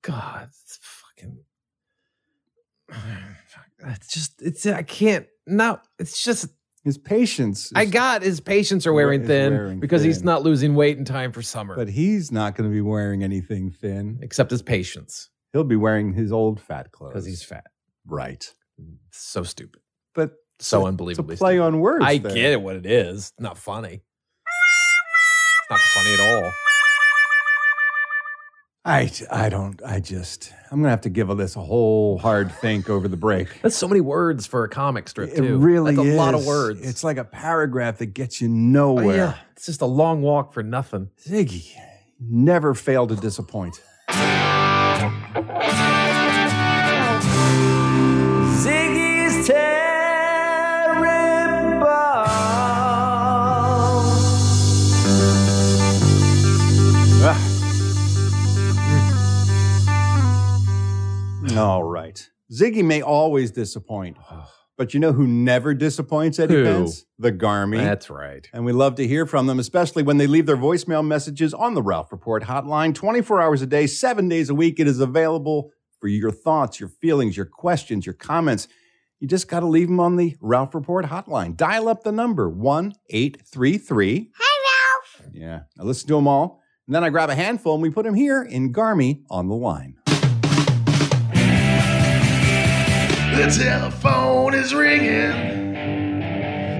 Speaker 3: God, it's fucking. It's just, it's, I can't, no, it's just,
Speaker 2: His patience. is-
Speaker 3: I got his patients are wearing
Speaker 2: Is
Speaker 3: thin
Speaker 2: wearing
Speaker 3: because he's
Speaker 2: thin.
Speaker 3: not losing weight in time for summer,
Speaker 2: But he's not going to be wearing anything thin.
Speaker 3: except his patience
Speaker 2: He'll be wearing his old fat clothes.
Speaker 3: because he's fat.
Speaker 2: right.
Speaker 3: So stupid.
Speaker 2: But
Speaker 3: So
Speaker 2: it's a-
Speaker 3: unbelievably
Speaker 2: it's a play
Speaker 3: stupid.
Speaker 2: on words.
Speaker 3: I
Speaker 2: there.
Speaker 3: get it what it is. Not funny. Not funny at all.
Speaker 2: I, I don't, I just, I'm going to have to give this a whole hard think over the break.
Speaker 3: That's so many words for a comic strip,
Speaker 2: It
Speaker 3: too.
Speaker 2: really
Speaker 3: That's a
Speaker 2: is.
Speaker 3: lot of words.
Speaker 2: It's like a paragraph that gets you
Speaker 3: Oh,
Speaker 2: nowhere.
Speaker 3: yeah. It's just a long walk for nothing.
Speaker 2: Ziggy, never fail to disappoint.
Speaker 8: Ziggy's terrible.
Speaker 3: Ah.
Speaker 2: All right. Ziggy may always disappoint, but you know who never disappoints Eddie
Speaker 3: Who?
Speaker 2: Pence? The Garmy.
Speaker 3: That's right.
Speaker 2: and we love to hear from them, especially when they leave their voicemail messages on the Ralph Report hotline 24 hours a day, seven days a week. It is available for your thoughts, your feelings, your questions, your comments. You just got to leave them on the Ralph Report hotline. Dial up the number 1 833. Hi, Ralph. Yeah, I listen to them all. And then I grab a handful and we put them here in Garmy on the line.
Speaker 9: The telephone is ringing.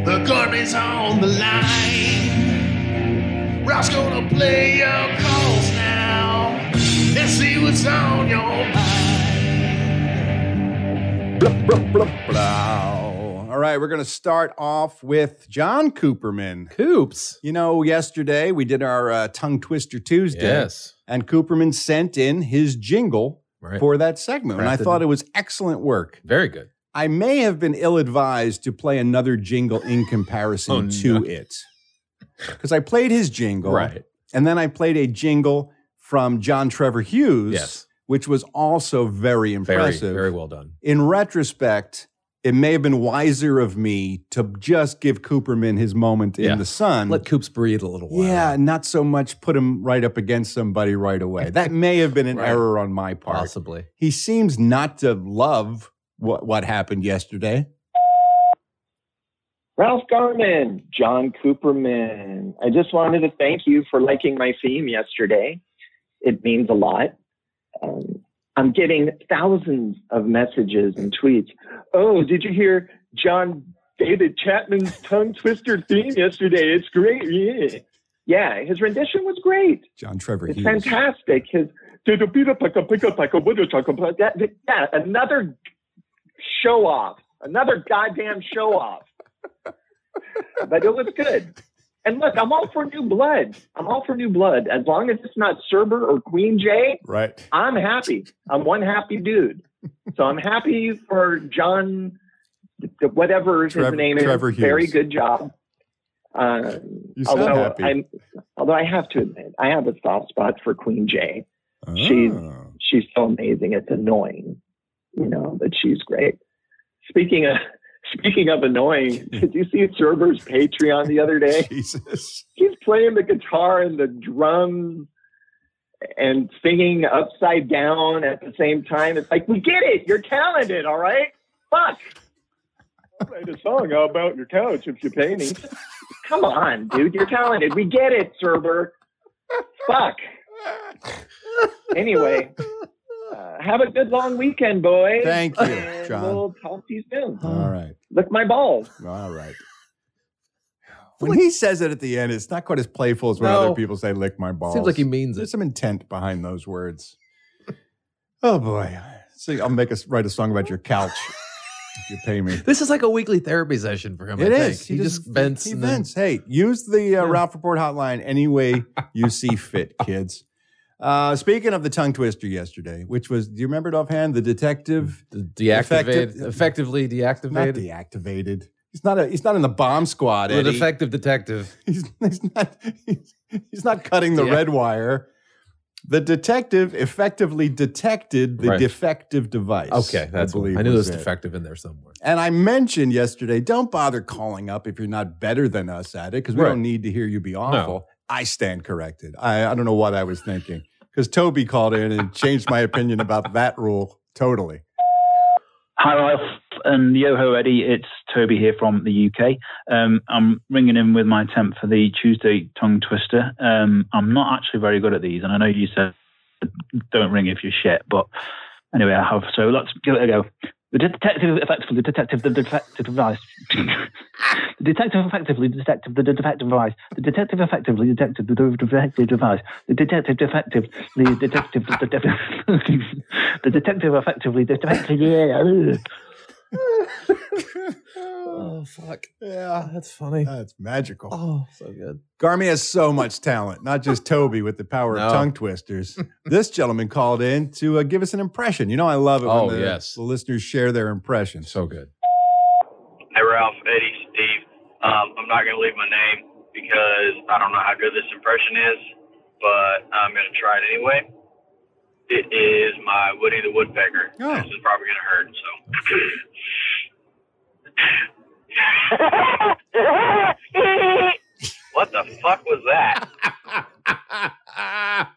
Speaker 9: The garbage on the line. Ralph's gonna play your calls now. Let's see what's on your mind.
Speaker 2: Blow. All right, we're going to start off with John Cooperman.
Speaker 3: Coops.
Speaker 2: You know, yesterday we did our uh, Tongue Twister Tuesday,
Speaker 3: Yes.
Speaker 2: and Cooperman sent in his jingle
Speaker 3: Right.
Speaker 2: for that segment, and I
Speaker 3: Crafted
Speaker 2: thought
Speaker 3: it.
Speaker 2: it was excellent work.
Speaker 3: Very good.
Speaker 2: I may have been ill advised to play another jingle in comparison
Speaker 3: Oh,
Speaker 2: to
Speaker 3: no.
Speaker 2: it because I played his jingle, and then I played a jingle from John Trevor Hughes,
Speaker 3: Yes.
Speaker 2: which was also very
Speaker 3: Very,
Speaker 2: impressive
Speaker 3: very well done.
Speaker 2: in retrospect, it may have been wiser of me to just give Cooperman his moment
Speaker 3: Yeah.
Speaker 2: in the sun.
Speaker 3: Let Coops breathe a little while.
Speaker 2: yeah, not so much put him right up against somebody right away. That may have been an
Speaker 3: Right.
Speaker 2: error on my part.
Speaker 3: Possibly.
Speaker 2: He seems not to love what, what happened yesterday.
Speaker 10: Ralph Garman, John Cooperman. I just wanted to thank you for liking my theme yesterday. It means a lot. Um, I'm getting thousands of messages and tweets. Oh, did you hear John David Chapman's tongue twister theme yesterday? It's great. Yeah. Yeah, his rendition was great.
Speaker 2: John Trevor
Speaker 10: It's
Speaker 2: Hughes.
Speaker 10: fantastic. His did a beat up like a pick up like a window truck. That, yeah, another show off. Another goddamn show off. but it was good. And look, I'm all for new blood. I'm all for new blood. As long as it's not Cerber or Queen Jay,
Speaker 2: Right.
Speaker 10: I'm happy. I'm one happy dude. So I'm happy for John, whatever
Speaker 2: Trevor-
Speaker 10: his name
Speaker 2: Trevor
Speaker 10: is.
Speaker 2: Hughes.
Speaker 10: Very good job. Uh,
Speaker 2: You sound
Speaker 10: although
Speaker 2: happy.
Speaker 10: I'm, although I have to admit, I have a soft spot for Queen Jay. she's-
Speaker 2: Oh.
Speaker 10: She's so amazing. It's annoying, you know, but she's great. Speaking of speaking of annoying, did you see Cerber's Patreon the other day?
Speaker 2: Jesus.
Speaker 10: he's playing the guitar and the drums and singing upside down at the same time. It's like, we get it. You're talented, all right? Fuck. Played a song all about your couch if you pay me. Come on, dude. You're talented. We get it, Cerber. Fuck. Anyway, uh, have a good long weekend, boys.
Speaker 2: Thank you,
Speaker 10: And
Speaker 2: John.
Speaker 10: We'll talk to you soon.
Speaker 2: All right.
Speaker 10: Lick my balls.
Speaker 2: All right. When he says it at the end, it's not quite as playful as when
Speaker 3: No.
Speaker 2: other people say "lick my balls."
Speaker 3: Seems like he means
Speaker 2: There's
Speaker 3: it.
Speaker 2: some intent behind those words. Oh boy. See, I'll make us write a song about your couch if you pay me.
Speaker 3: This is like a weekly therapy session for him.
Speaker 2: It
Speaker 3: I
Speaker 2: is.
Speaker 3: Think. He, just, vents.
Speaker 2: He
Speaker 3: and then-
Speaker 2: vents. Hey, use the uh,
Speaker 3: Yeah.
Speaker 2: Ralph Report hotline any way you see fit, kids. Uh, speaking of the tongue twister yesterday, which was, do you remember it offhand? The detective,
Speaker 3: De- deactivate,
Speaker 2: Effective-
Speaker 3: effectively
Speaker 2: not
Speaker 3: deactivated.
Speaker 2: deactivated. He's not a. He's not in the bomb squad.
Speaker 3: The
Speaker 2: Eddie.
Speaker 3: defective detective.
Speaker 2: He's, he's not he's, he's not cutting the
Speaker 3: Yeah.
Speaker 2: red wire. The detective effectively detected the
Speaker 3: Right.
Speaker 2: defective device.
Speaker 3: Okay, that's. I,
Speaker 2: believe
Speaker 3: I knew
Speaker 2: was
Speaker 3: there's
Speaker 2: it.
Speaker 3: defective in there somewhere.
Speaker 2: And I mentioned yesterday, don't bother calling up if you're not better than us at it, because we
Speaker 3: Right.
Speaker 2: don't need to hear you be awful. I stand corrected. I, I don't know what I was thinking. Because Toby called in and changed my opinion about that rule totally.
Speaker 8: Hi, Ralph and Yoho Eddie. It's Toby here from the UK. Um, I'm ringing in with my attempt for the Tuesday tongue twister. Um, I'm not actually very good at these, and I know you said don't ring if you're shit, but anyway, I have. So let's give it a go. The detective effects for the detective, the detective device. the
Speaker 9: The detective effectively detected the detective device. The detective effectively detected the detective device. The detective effectively the detective the detective the detective effectively detected. Yeah.
Speaker 3: Oh fuck! Yeah, that's funny.
Speaker 2: That's magical.
Speaker 3: Oh, so good.
Speaker 2: Garmy has so much talent, not just Toby with the power
Speaker 3: No.
Speaker 2: of tongue twisters. this gentleman called in to uh, give us an impression. You know, I love it
Speaker 3: Oh,
Speaker 2: when the,
Speaker 3: yes.
Speaker 2: the listeners share their impressions.
Speaker 3: So good.
Speaker 10: Hey, Ralph, Eddie, Steve. Um, I'm not going to leave my name because I don't know how good this impression is, but I'm going to try it anyway. It is my Woody the Woodpecker.
Speaker 2: Oh.
Speaker 10: This is probably going to hurt, so. what the fuck was that?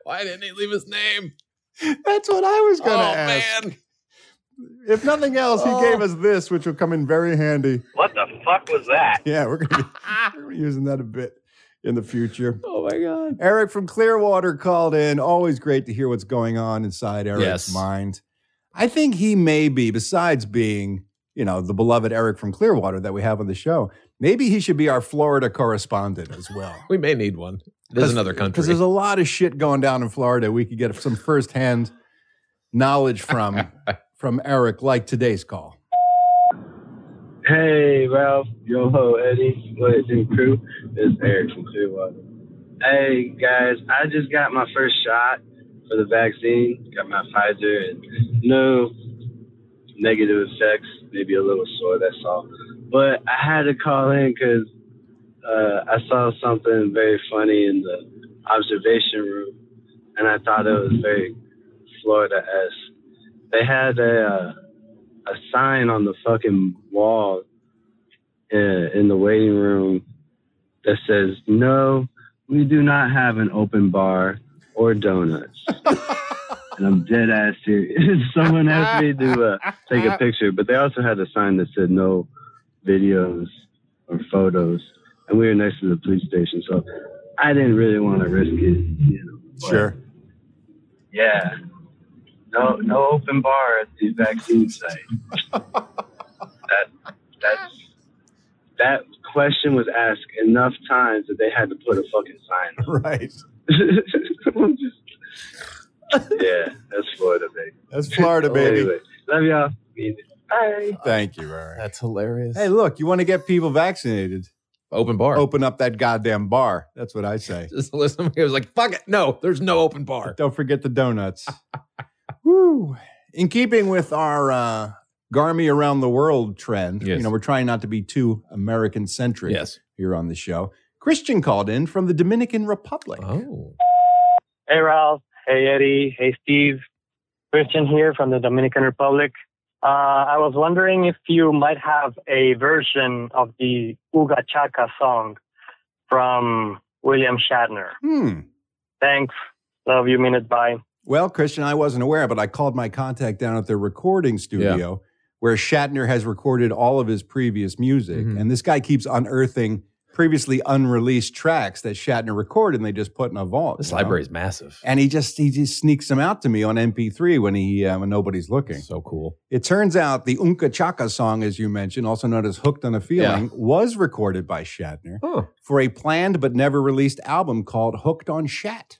Speaker 3: Why didn't he leave his name?
Speaker 2: That's what I was going to
Speaker 3: oh
Speaker 2: ask.
Speaker 3: man!
Speaker 2: If nothing else, he
Speaker 3: Oh.
Speaker 2: gave us this, which will come in very handy.
Speaker 10: What the fuck was that?
Speaker 2: Yeah, we're going to be using that a bit in the future.
Speaker 3: Oh my god!
Speaker 2: Eric from Clearwater called in. Always great to hear what's going on inside Eric's
Speaker 3: Yes.
Speaker 2: mind. I think he may be, besides being, you know, the beloved Eric from Clearwater that we have on the show, maybe he should be our Florida correspondent as well.
Speaker 3: We may need one. This is another country.
Speaker 2: Because there's a lot of shit going down in Florida we could get some firsthand knowledge from from Eric, like today's call.
Speaker 11: Hey, Ralph, yo ho, Eddie, what it do, crew? It's Eric from Clearwater. Hey, guys, I just got my first shot for the vaccine. Got my Pfizer, and no negative effects. Maybe a little sore, that's all. But I had to call in because uh, I saw something very funny in the observation room, and I thought it was very Florida-esque. They had a. Uh, a sign on the fucking wall uh, in the waiting room that says, "No, we do not have an open bar or donuts." and I'm dead ass serious. Someone asked me to uh, take a picture, but they also had a sign that said, "No videos or photos." And we were next to the police station, so I didn't really want to risk it. You know, but
Speaker 2: Sure.
Speaker 11: Yeah. No, no open bar at the vaccine site. that that's that question was asked enough times that they had to put a fucking sign. up.
Speaker 2: Right.
Speaker 11: I'm just- yeah, that's Florida, baby.
Speaker 2: That's Florida, baby.
Speaker 11: Anyway, love y'all. Bye.
Speaker 2: Thank you, Eric.
Speaker 3: That's hilarious.
Speaker 2: Hey, look, you want to get people vaccinated.
Speaker 3: open bar.
Speaker 2: Open up that goddamn bar. That's what I say.
Speaker 3: Just listen. He was like, "Fuck it, no, there's no open bar."
Speaker 2: Don't forget the donuts. Woo. In keeping with our uh, Garmy around the world trend,
Speaker 3: Yes.
Speaker 2: you know, we're trying not to be too American centric
Speaker 3: Yes.
Speaker 2: here on the show. Christian called in from the Dominican Republic.
Speaker 3: Oh,
Speaker 5: Hey, Ralph. Hey, Eddie. Hey, Steve. Christian here from the Dominican Republic. Uh, I was wondering if you might have a version of the Uga Chaka song from William Shatner.
Speaker 2: Hmm.
Speaker 5: Thanks. Love you, minute. Bye.
Speaker 2: Well, Christian, I wasn't aware, but I called my contact down at their recording studio where Shatner has recorded all of his previous music.
Speaker 3: Mhm.
Speaker 2: And this guy keeps unearthing previously unreleased tracks that Shatner recorded and they just put in a vault.
Speaker 3: this
Speaker 2: you know?
Speaker 3: library is massive.
Speaker 2: And he just he just sneaks them out to me on MP3 when he uh, when nobody's looking.
Speaker 3: So cool.
Speaker 2: It turns out the Unka Chaka song, as you mentioned, also known as "Hooked on a Feeling," was recorded by Shatner
Speaker 3: Huh.
Speaker 2: for a planned but never released album called "Hooked on Shat."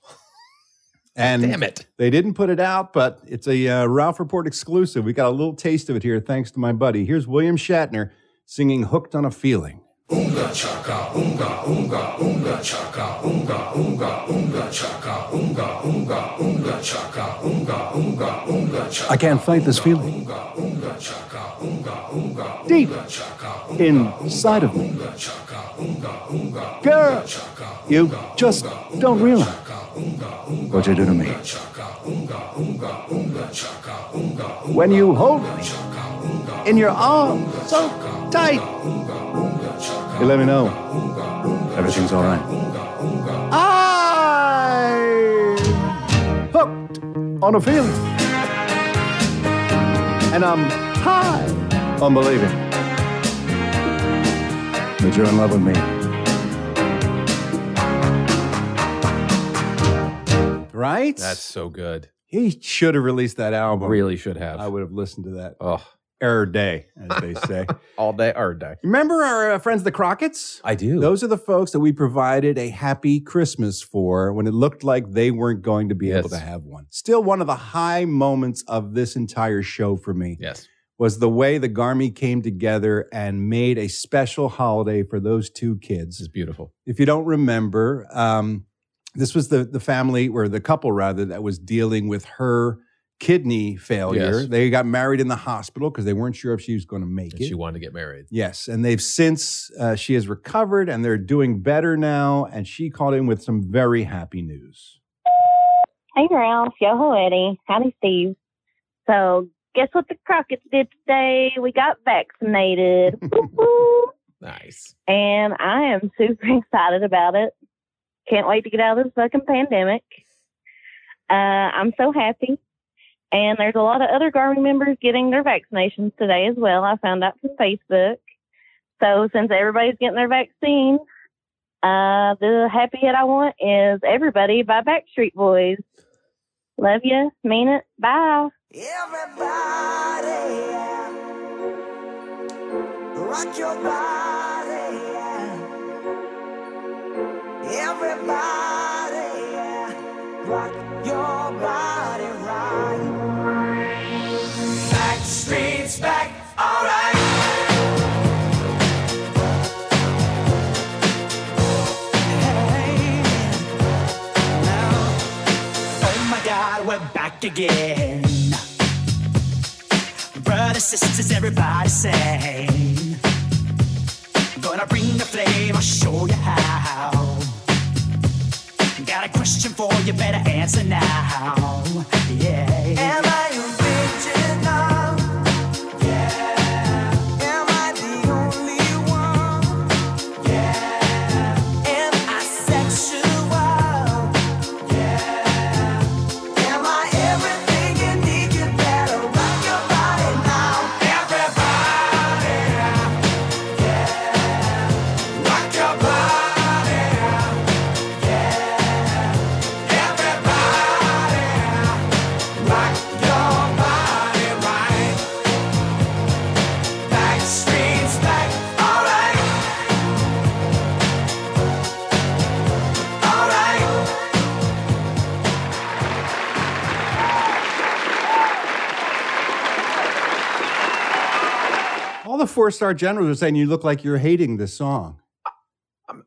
Speaker 2: And
Speaker 3: Damn it.
Speaker 2: they didn't put it out, but it's a uh, Ralph Report exclusive. We got a little taste of it here, thanks to my buddy. Here's William Shatner singing "Hooked on a Feeling."
Speaker 12: Unga chaka, unga, unga, unga chaka, unga, unga, unga chaka, unga, unga, unga chaka, unga, unga, unga chaka.
Speaker 2: I can't fight this feeling
Speaker 12: Unga, unga chaka, unga, unga,
Speaker 2: Deep.
Speaker 12: unga chaka,
Speaker 2: inside of me,
Speaker 12: unga chaka, unga, unga,
Speaker 2: girl.
Speaker 12: chaka,
Speaker 2: You just don't realize what you do to me.
Speaker 12: chaka, unga, unga, unga chaka, unga, unga,
Speaker 2: when you hold me in your arms so tight. You let me know everything's all right. I hooked on a feeling, and I'm high on believing that you're in love with me. Right?
Speaker 3: That's so good.
Speaker 2: he should have released that album.
Speaker 3: Really should have.
Speaker 2: I would have listened to that.
Speaker 3: Oh,
Speaker 2: er day, as they say.
Speaker 3: All day, er day.
Speaker 2: Remember our uh, friends, the Crockett's?
Speaker 3: I do.
Speaker 2: Those are the folks that we provided a happy Christmas for when it looked like they weren't going to be able
Speaker 3: Yes.
Speaker 2: to have one. Still, one of the high moments of this entire show for me
Speaker 3: Yes.
Speaker 2: was the way the Garmy came together and made a special holiday for those two kids.
Speaker 3: It's beautiful.
Speaker 2: if you don't remember, um, this was the the family or the couple rather that was dealing with her kidney failure.
Speaker 3: Yes.
Speaker 2: They got married in the hospital because they weren't sure if she was going to make
Speaker 3: That
Speaker 2: it.
Speaker 3: she wanted to get married.
Speaker 2: Yes, and they've since uh, she has recovered and they're doing better now. And she called in with some very happy news.
Speaker 5: Hey Ralph, yo ho Eddie, howdy Steve. So guess what the Crockett's did today? We got vaccinated. Whoop, whoop.
Speaker 3: Nice.
Speaker 5: and I am super excited about it. Can't wait to get out of this fucking pandemic. Uh, I'm so happy. And there's a lot of other Garmin members getting their vaccinations today as well. I found out from Facebook. So since everybody's getting their vaccine, uh, the happy hit I want is Everybody by Backstreet Boys. Love you. Mean it. Bye.
Speaker 9: Rock your body, yeah. Everybody, yeah. Rock your body right. Back streets back, alright. Hey, now. Oh my God, we're back again. Brothers, sisters, everybody sing. Gonna bring the flame, I'll show you how. Got a question for you, better answer now. Yeah. Am I original? Yeah. Am I the only one? Yeah. Am I sexual? Yeah. Am I everything you need? You better rock your body now. Everybody. Rock your body, yeah. Everybody, rock your body right. Back streets back, alright, alright.
Speaker 2: All the four star generals are saying you look like you're hating this song.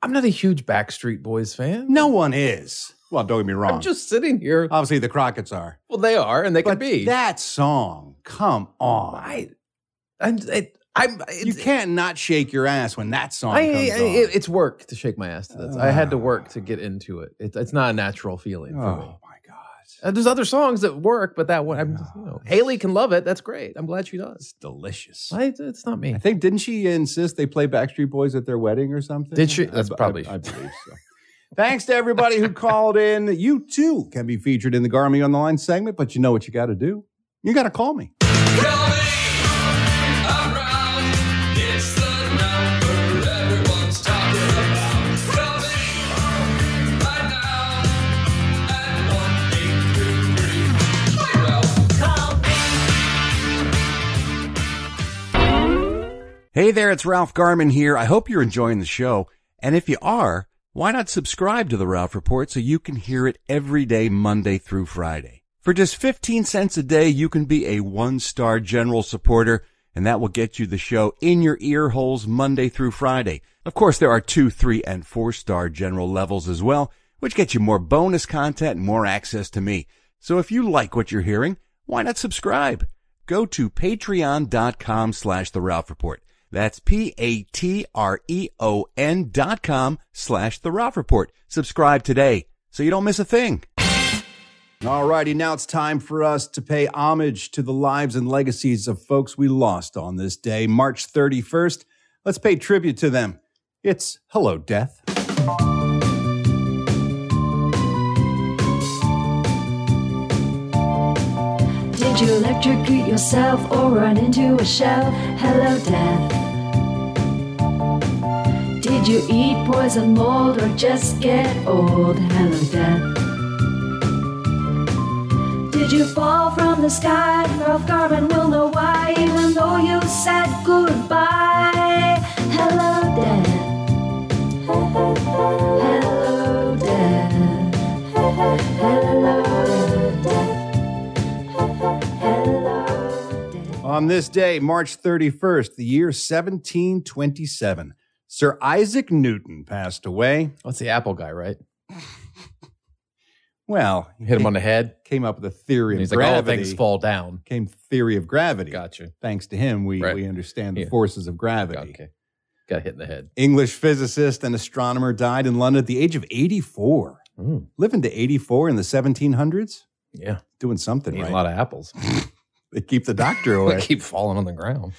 Speaker 3: I'm not a huge Backstreet Boys fan.
Speaker 2: No one is. Well, don't get me wrong.
Speaker 3: I'm just sitting here.
Speaker 2: Obviously, the Crockett's are.
Speaker 3: Well, they are, and they
Speaker 2: but
Speaker 3: can be.
Speaker 2: that song. Come on,
Speaker 3: I, I'm, I, I'm,
Speaker 2: you can't not shake your ass when that song
Speaker 3: I, I,
Speaker 2: comes on.
Speaker 3: it- it's work to shake my ass to this. I had to work to get into it. It's it's not a natural feeling for me.
Speaker 2: oh my god,
Speaker 3: Uh, there's other songs that work, but that one, I'm, you know, Haley can love it. That's great. I'm glad she does.
Speaker 2: it's delicious.
Speaker 3: I, it's not me.
Speaker 2: I think didn't she insist they play Backstreet Boys at their wedding or something?
Speaker 3: Did she?
Speaker 2: I-
Speaker 3: That's
Speaker 2: I-
Speaker 3: probably-
Speaker 2: I, believe so. Thanks to everybody who called in. You too can be featured in the Garmy on the Line segment, but you know what you got to do? You got to call me.
Speaker 13: Hey there, it's Ralph Garman here. I hope you're enjoying the show. And if you are, why not subscribe to the Ralph Report so you can hear it every day, Monday through Friday? For just 15 cents a day, you can be a one-star general supporter, and that will get you the show in your ear holes Monday through Friday. Of course, there are two, three, and four-star general levels as well, which get you more bonus content and more access to me. So if you like what you're hearing, why not subscribe? go to patreon.com slash the Ralph Report. That's
Speaker 2: E
Speaker 13: P-A-T-R-E-O-N dot com slash the Ralph Report. Subscribe today so you don't miss a thing.
Speaker 2: Alrighty, now it's time for us to pay homage to the lives and legacies of folks we lost on this day, March 31st. Let's pay tribute to them. It's Hello Death.
Speaker 14: Did you electrocute yourself or run into a shell? Hello, death. Did you eat poison mold or just get old? Hello, death. Did
Speaker 15: Did you fall from the sky? Ralph Garman will know why, even though you said goodbye. Hello, Dad. Hello, Dad. Hello, Dad.
Speaker 2: On this day, March 31st, the year 1727, Sir Isaac Newton passed away.
Speaker 3: That's the apple guy, right?
Speaker 2: Well,
Speaker 3: Hit him on the head.
Speaker 2: Came up with a theory of
Speaker 3: He's like, all
Speaker 2: gravity.
Speaker 3: things fall down.
Speaker 2: Came theory of gravity.
Speaker 3: Gotcha.
Speaker 2: Thanks to him, we,
Speaker 3: Right.
Speaker 2: we understand the
Speaker 3: Yeah.
Speaker 2: forces of gravity.
Speaker 3: Okay. Got hit in the head.
Speaker 2: English physicist and astronomer died in London at the age of 84. Living to 84 in the 1700s,
Speaker 3: Yeah.
Speaker 2: doing something
Speaker 3: Eat
Speaker 2: right.
Speaker 3: a lot of apples.
Speaker 2: they keep the doctor away.
Speaker 3: They keep falling on the ground.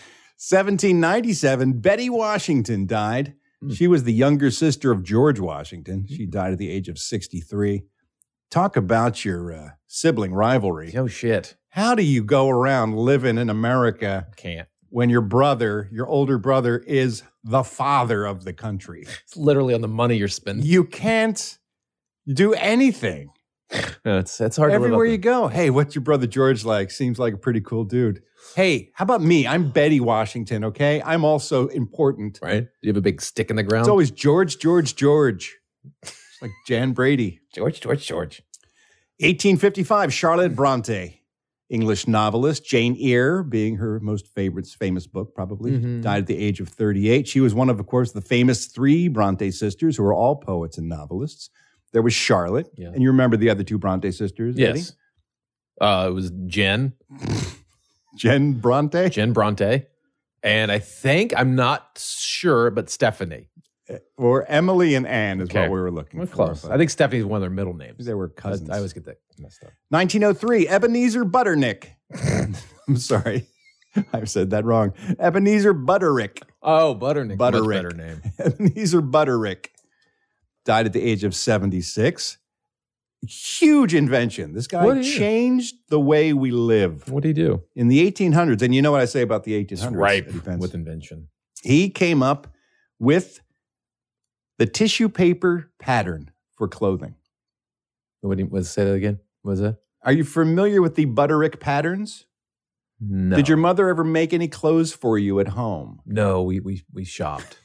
Speaker 2: 1797, Betty Washington died.
Speaker 3: Hmm.
Speaker 2: She was the younger sister of George Washington. She died at the age of 63. Talk about your uh, sibling rivalry.
Speaker 3: Oh, shit.
Speaker 2: How do you go around living in America
Speaker 3: Can't.
Speaker 2: when your brother, your older brother, is the father of the country?
Speaker 3: It's literally on the money you're spending.
Speaker 2: You can't do anything.
Speaker 3: That's that's hard
Speaker 2: Everywhere
Speaker 3: to
Speaker 2: you
Speaker 3: live
Speaker 2: go, hey, what's your brother George like? Seems like a pretty cool dude. Hey, how about me? I'm Betty Washington, okay? I'm also important.
Speaker 3: up with, right? You have a big stick in the ground.
Speaker 2: It's always George, George, George. It's like Jan Brady.
Speaker 3: George, George, George.
Speaker 2: 1855, Charlotte Bronte, English novelist, Jane Eyre being her most favorite, famous book probably,
Speaker 3: Mhm.
Speaker 2: died at the age of 38. She was one of, of course, the famous three Bronte sisters who were all poets and novelists. There was Charlotte,
Speaker 3: Yeah.
Speaker 2: and you remember the other two Bronte sisters? Eddie?
Speaker 3: Yes. Uh, it was Jen,
Speaker 2: Jen Bronte.
Speaker 3: Jen Bronte, and I think I'm not sure, but Stephanie.
Speaker 2: Or Emily and Anne is
Speaker 3: Okay.
Speaker 2: what we were looking
Speaker 3: We're
Speaker 2: for.
Speaker 3: close.
Speaker 2: but
Speaker 3: I think Stephanie's one of their middle names.
Speaker 2: they were
Speaker 3: I,
Speaker 2: cousins.
Speaker 3: I always get that messed up.
Speaker 2: 1903, Ebenezer Butternick. I'm sorry. I've said that wrong. Ebenezer Butterick.
Speaker 3: Oh, Butternick. Much
Speaker 2: Butterick.
Speaker 3: better name.
Speaker 2: Ebenezer Butterick died at the age of 76. Huge invention. This guy
Speaker 3: What is it?
Speaker 2: changed the way we live
Speaker 3: What do you do?
Speaker 2: in the 1800s. And you know what I say about the 1800s?
Speaker 3: It's ripe
Speaker 2: Advance.
Speaker 3: with invention.
Speaker 2: he came up with the tissue paper pattern for clothing.
Speaker 3: What do you, was say that again? What was that?
Speaker 2: Are you familiar with the Butterick patterns?
Speaker 3: No.
Speaker 2: Did your mother ever make any clothes for you at home?
Speaker 3: No, we we we shopped.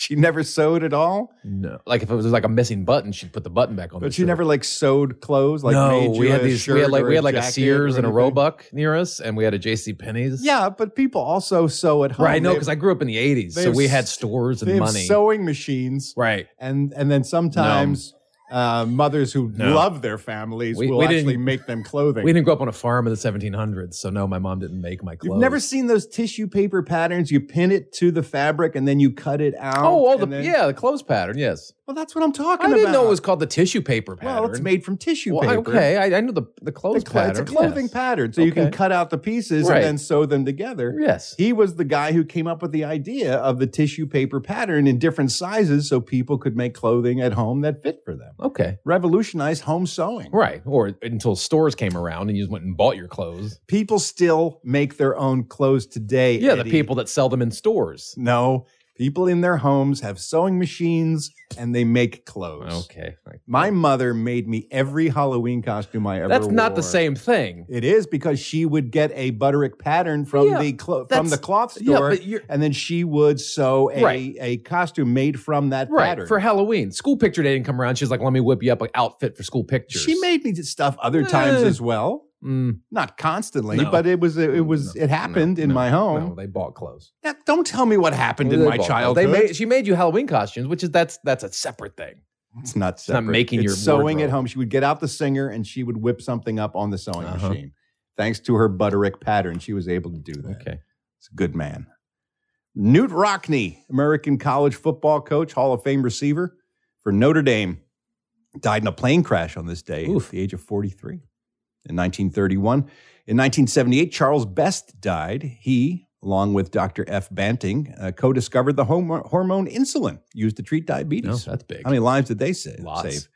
Speaker 2: She never sewed at all,
Speaker 3: No, like if it was like a missing button, she'd put the button back on. the
Speaker 2: but she
Speaker 3: shirt.
Speaker 2: never like sewed clothes. Like
Speaker 3: no,
Speaker 2: made you
Speaker 3: we had
Speaker 2: a
Speaker 3: these.
Speaker 2: Shirt
Speaker 3: we had like
Speaker 2: or
Speaker 3: we had like a
Speaker 2: jacket
Speaker 3: Sears
Speaker 2: or
Speaker 3: and a
Speaker 2: anything.
Speaker 3: Roebuck near us, and we had a J.C. Penney's.
Speaker 2: Yeah, but people also sew at home.
Speaker 3: right. No,
Speaker 2: They-
Speaker 3: because I grew up in the '80s,
Speaker 2: they
Speaker 3: so
Speaker 2: have
Speaker 3: we
Speaker 2: s-
Speaker 3: had stores
Speaker 2: they
Speaker 3: and
Speaker 2: have
Speaker 3: money.
Speaker 2: sewing machines,
Speaker 3: right.
Speaker 2: and and then sometimes uh, mothers who
Speaker 3: No.
Speaker 2: love their families
Speaker 3: We-
Speaker 2: will
Speaker 3: we
Speaker 2: actually
Speaker 3: didn't-
Speaker 2: make them clothing.
Speaker 3: We didn't grow up on a farm in the 1700s, so no, my mom didn't make my clothes.
Speaker 2: You've never seen those tissue paper patterns. You pin it to the fabric and then you cut it out.
Speaker 3: Oh, all the
Speaker 2: and then-
Speaker 3: yeah, the clothes pattern. Yes,
Speaker 2: Well, that's what I'm talking
Speaker 3: I
Speaker 2: about.
Speaker 3: didn't know it was called the tissue paper pattern.
Speaker 2: Well, it's made from tissue
Speaker 3: Well, I-
Speaker 2: paper.
Speaker 3: okay, I, I knew the the clothes
Speaker 2: The cl-
Speaker 3: pattern.
Speaker 2: It's a clothing
Speaker 3: yes.
Speaker 2: pattern, so you can
Speaker 3: Okay.
Speaker 2: cut out the pieces
Speaker 3: Right.
Speaker 2: and then sew them together.
Speaker 3: Yes.
Speaker 2: He was the guy who came up with the idea of the tissue paper pattern in different sizes, so people could make clothing at home that fit for them.
Speaker 3: Okay.
Speaker 2: Revolutionized home sewing.
Speaker 3: Right. Or until stores came around and you just went and bought your clothes.
Speaker 2: People still make their own clothes today.
Speaker 3: Yeah, the
Speaker 2: Eddie.
Speaker 3: people that sell them in stores.
Speaker 2: No, people in their homes have sewing machines and they make clothes.
Speaker 3: Okay.
Speaker 2: My mother made me every Halloween costume I ever.
Speaker 3: That's not the
Speaker 2: wore.
Speaker 3: same thing.
Speaker 2: It is because she would get a Butterick pattern from
Speaker 3: Yeah,
Speaker 2: the clo- from
Speaker 3: that's-
Speaker 2: the cloth
Speaker 3: yeah,
Speaker 2: store,
Speaker 3: but you're-
Speaker 2: and then she would sew a,
Speaker 3: Right.
Speaker 2: a costume made from that
Speaker 3: Right.
Speaker 2: pattern.
Speaker 3: For Halloween. School picture day didn't come around. She's like, let me whip you up an outfit for school pictures.
Speaker 2: she made me do stuff other times
Speaker 3: Eh.
Speaker 2: as well,
Speaker 3: Mm,
Speaker 2: not constantly,
Speaker 3: No.
Speaker 2: but it was it was
Speaker 3: No,
Speaker 2: it happened
Speaker 3: no,
Speaker 2: in
Speaker 3: no,
Speaker 2: my home.
Speaker 3: No, they bought clothes.
Speaker 2: Now, don't tell me what happened in
Speaker 3: They
Speaker 2: my
Speaker 3: bought clothes.
Speaker 2: childhood.
Speaker 3: They made, she made you Halloween costumes, which is that's that's a separate thing.
Speaker 2: it's not
Speaker 3: not
Speaker 2: separate.
Speaker 3: making
Speaker 2: It's
Speaker 3: your
Speaker 2: sewing at
Speaker 3: wardrobe.
Speaker 2: home. She would get out the singer and she would whip something up on the sewing
Speaker 3: Uh-huh.
Speaker 2: machine. Thanks to her Butterick pattern, she was able to do that.
Speaker 3: Okay.
Speaker 2: He's a good man. Newt Rockney, American college football coach, Hall of Fame receiver for Notre Dame, died in a plane crash on this day
Speaker 3: Oof.
Speaker 2: at the age of 43 in 1931. In 1978, Charles Best died. He, along with Dr. F. Banting, uh, co discovered the homo- hormone insulin used to treat
Speaker 3: No,
Speaker 2: diabetes.
Speaker 3: that's big.
Speaker 2: How many lives did they sa- save?
Speaker 3: Lots.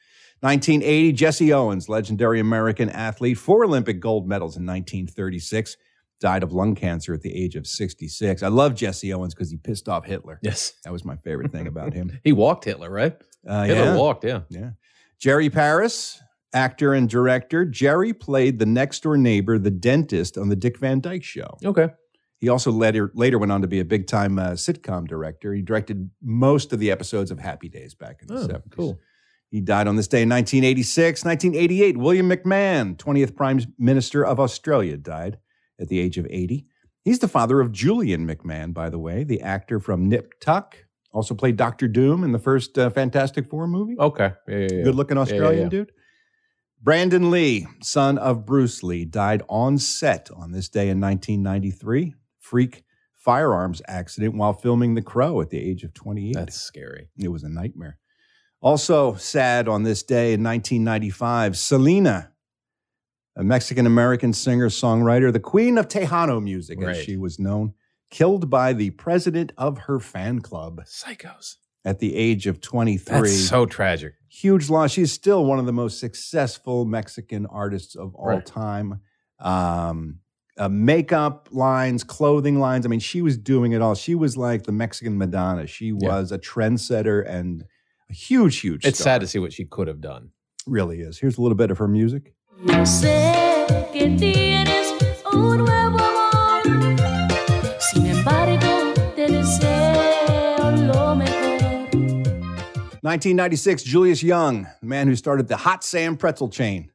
Speaker 2: 1980, Jesse Owens, legendary American athlete, four Olympic gold medals in 1936, died of lung cancer at the age of 66. I love Jesse Owens because he pissed off Hitler.
Speaker 3: yes.
Speaker 2: That was my favorite thing about him.
Speaker 3: He walked Hitler, right?
Speaker 2: Uh,
Speaker 3: Hitler
Speaker 2: yeah.
Speaker 3: walked, yeah.
Speaker 2: Jerry Paris, actor and director. Jerry played the next door neighbor, the dentist, on the Dick Van Dyke Show.
Speaker 3: Okay.
Speaker 2: He also later later went on to be a big time uh, sitcom director. He directed most of the episodes of Happy Days back in the
Speaker 3: Oh,
Speaker 2: 70s.
Speaker 3: cool.
Speaker 2: He died on this day in 1986. 1988, William McMahon, 20th Prime Minister of Australia, died at the age of 80. He's the father of Julian McMahon, by the way, the actor from Nip Tuck. Also played Doctor Doom in the first uh, Fantastic Four movie.
Speaker 3: Okay. Yeah, Oh, yeah, yeah.
Speaker 2: Good looking
Speaker 3: Yeah, yeah,
Speaker 2: Australian
Speaker 3: yeah.
Speaker 2: dude. Brandon Lee, son of Bruce Lee, died on set on this day in 1993. Freak firearms accident while filming The Crow at the age of 28.
Speaker 3: That's scary.
Speaker 2: It was a nightmare. Also sad on this day in 1995, Selena, a Mexican American singer songwriter, the queen of Tejano music,
Speaker 3: Right.
Speaker 2: as she was known, killed by the president of her fan club
Speaker 3: Psychos.
Speaker 2: at the age of 23.
Speaker 3: That's so tragic.
Speaker 2: Huge loss. She's still one of the most successful Mexican artists of all
Speaker 3: Right.
Speaker 2: time. Um, uh, makeup lines, clothing lines. I mean, she was doing it all. She was like the Mexican Madonna. She
Speaker 3: Yeah.
Speaker 2: was a trendsetter and a huge, huge.
Speaker 3: It's
Speaker 2: star.
Speaker 3: sad to see what she could have done.
Speaker 2: Really is. Here's a little bit of her music.
Speaker 9: No sé que tienes un nuevo amor. Sin embargo, te deseo lo mejor.
Speaker 2: 1996, Julius Young, the man who started the Hot Sam pretzel chain.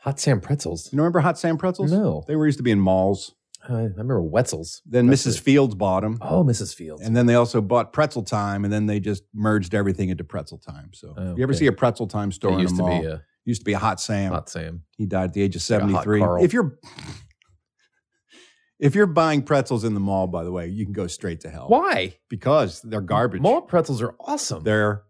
Speaker 3: Hot Sam pretzels.
Speaker 2: You remember Hot Sam pretzels?
Speaker 3: No.
Speaker 2: They were used to be in malls.
Speaker 3: I I remember Wetzel's.
Speaker 2: Then
Speaker 3: That's
Speaker 2: Mrs.
Speaker 3: it.
Speaker 2: Fields bought them.
Speaker 3: Oh, Mrs. Fields.
Speaker 2: And then they also bought Pretzel Time, and then they just merged everything into Pretzel Time. So
Speaker 3: Oh,
Speaker 2: you ever
Speaker 3: okay.
Speaker 2: see a Pretzel Time store
Speaker 3: It
Speaker 2: in
Speaker 3: used
Speaker 2: a
Speaker 3: to
Speaker 2: mall?
Speaker 3: be a
Speaker 2: used to be a Hot Sam.
Speaker 3: Hot Sam.
Speaker 2: He died at the age of
Speaker 3: Like a hot
Speaker 2: seventy three.
Speaker 3: Carl.
Speaker 2: If you're if you're buying pretzels in the mall, by the way, you can go straight to hell.
Speaker 3: Why?
Speaker 2: Because they're garbage.
Speaker 3: Mall pretzels are awesome.
Speaker 2: They're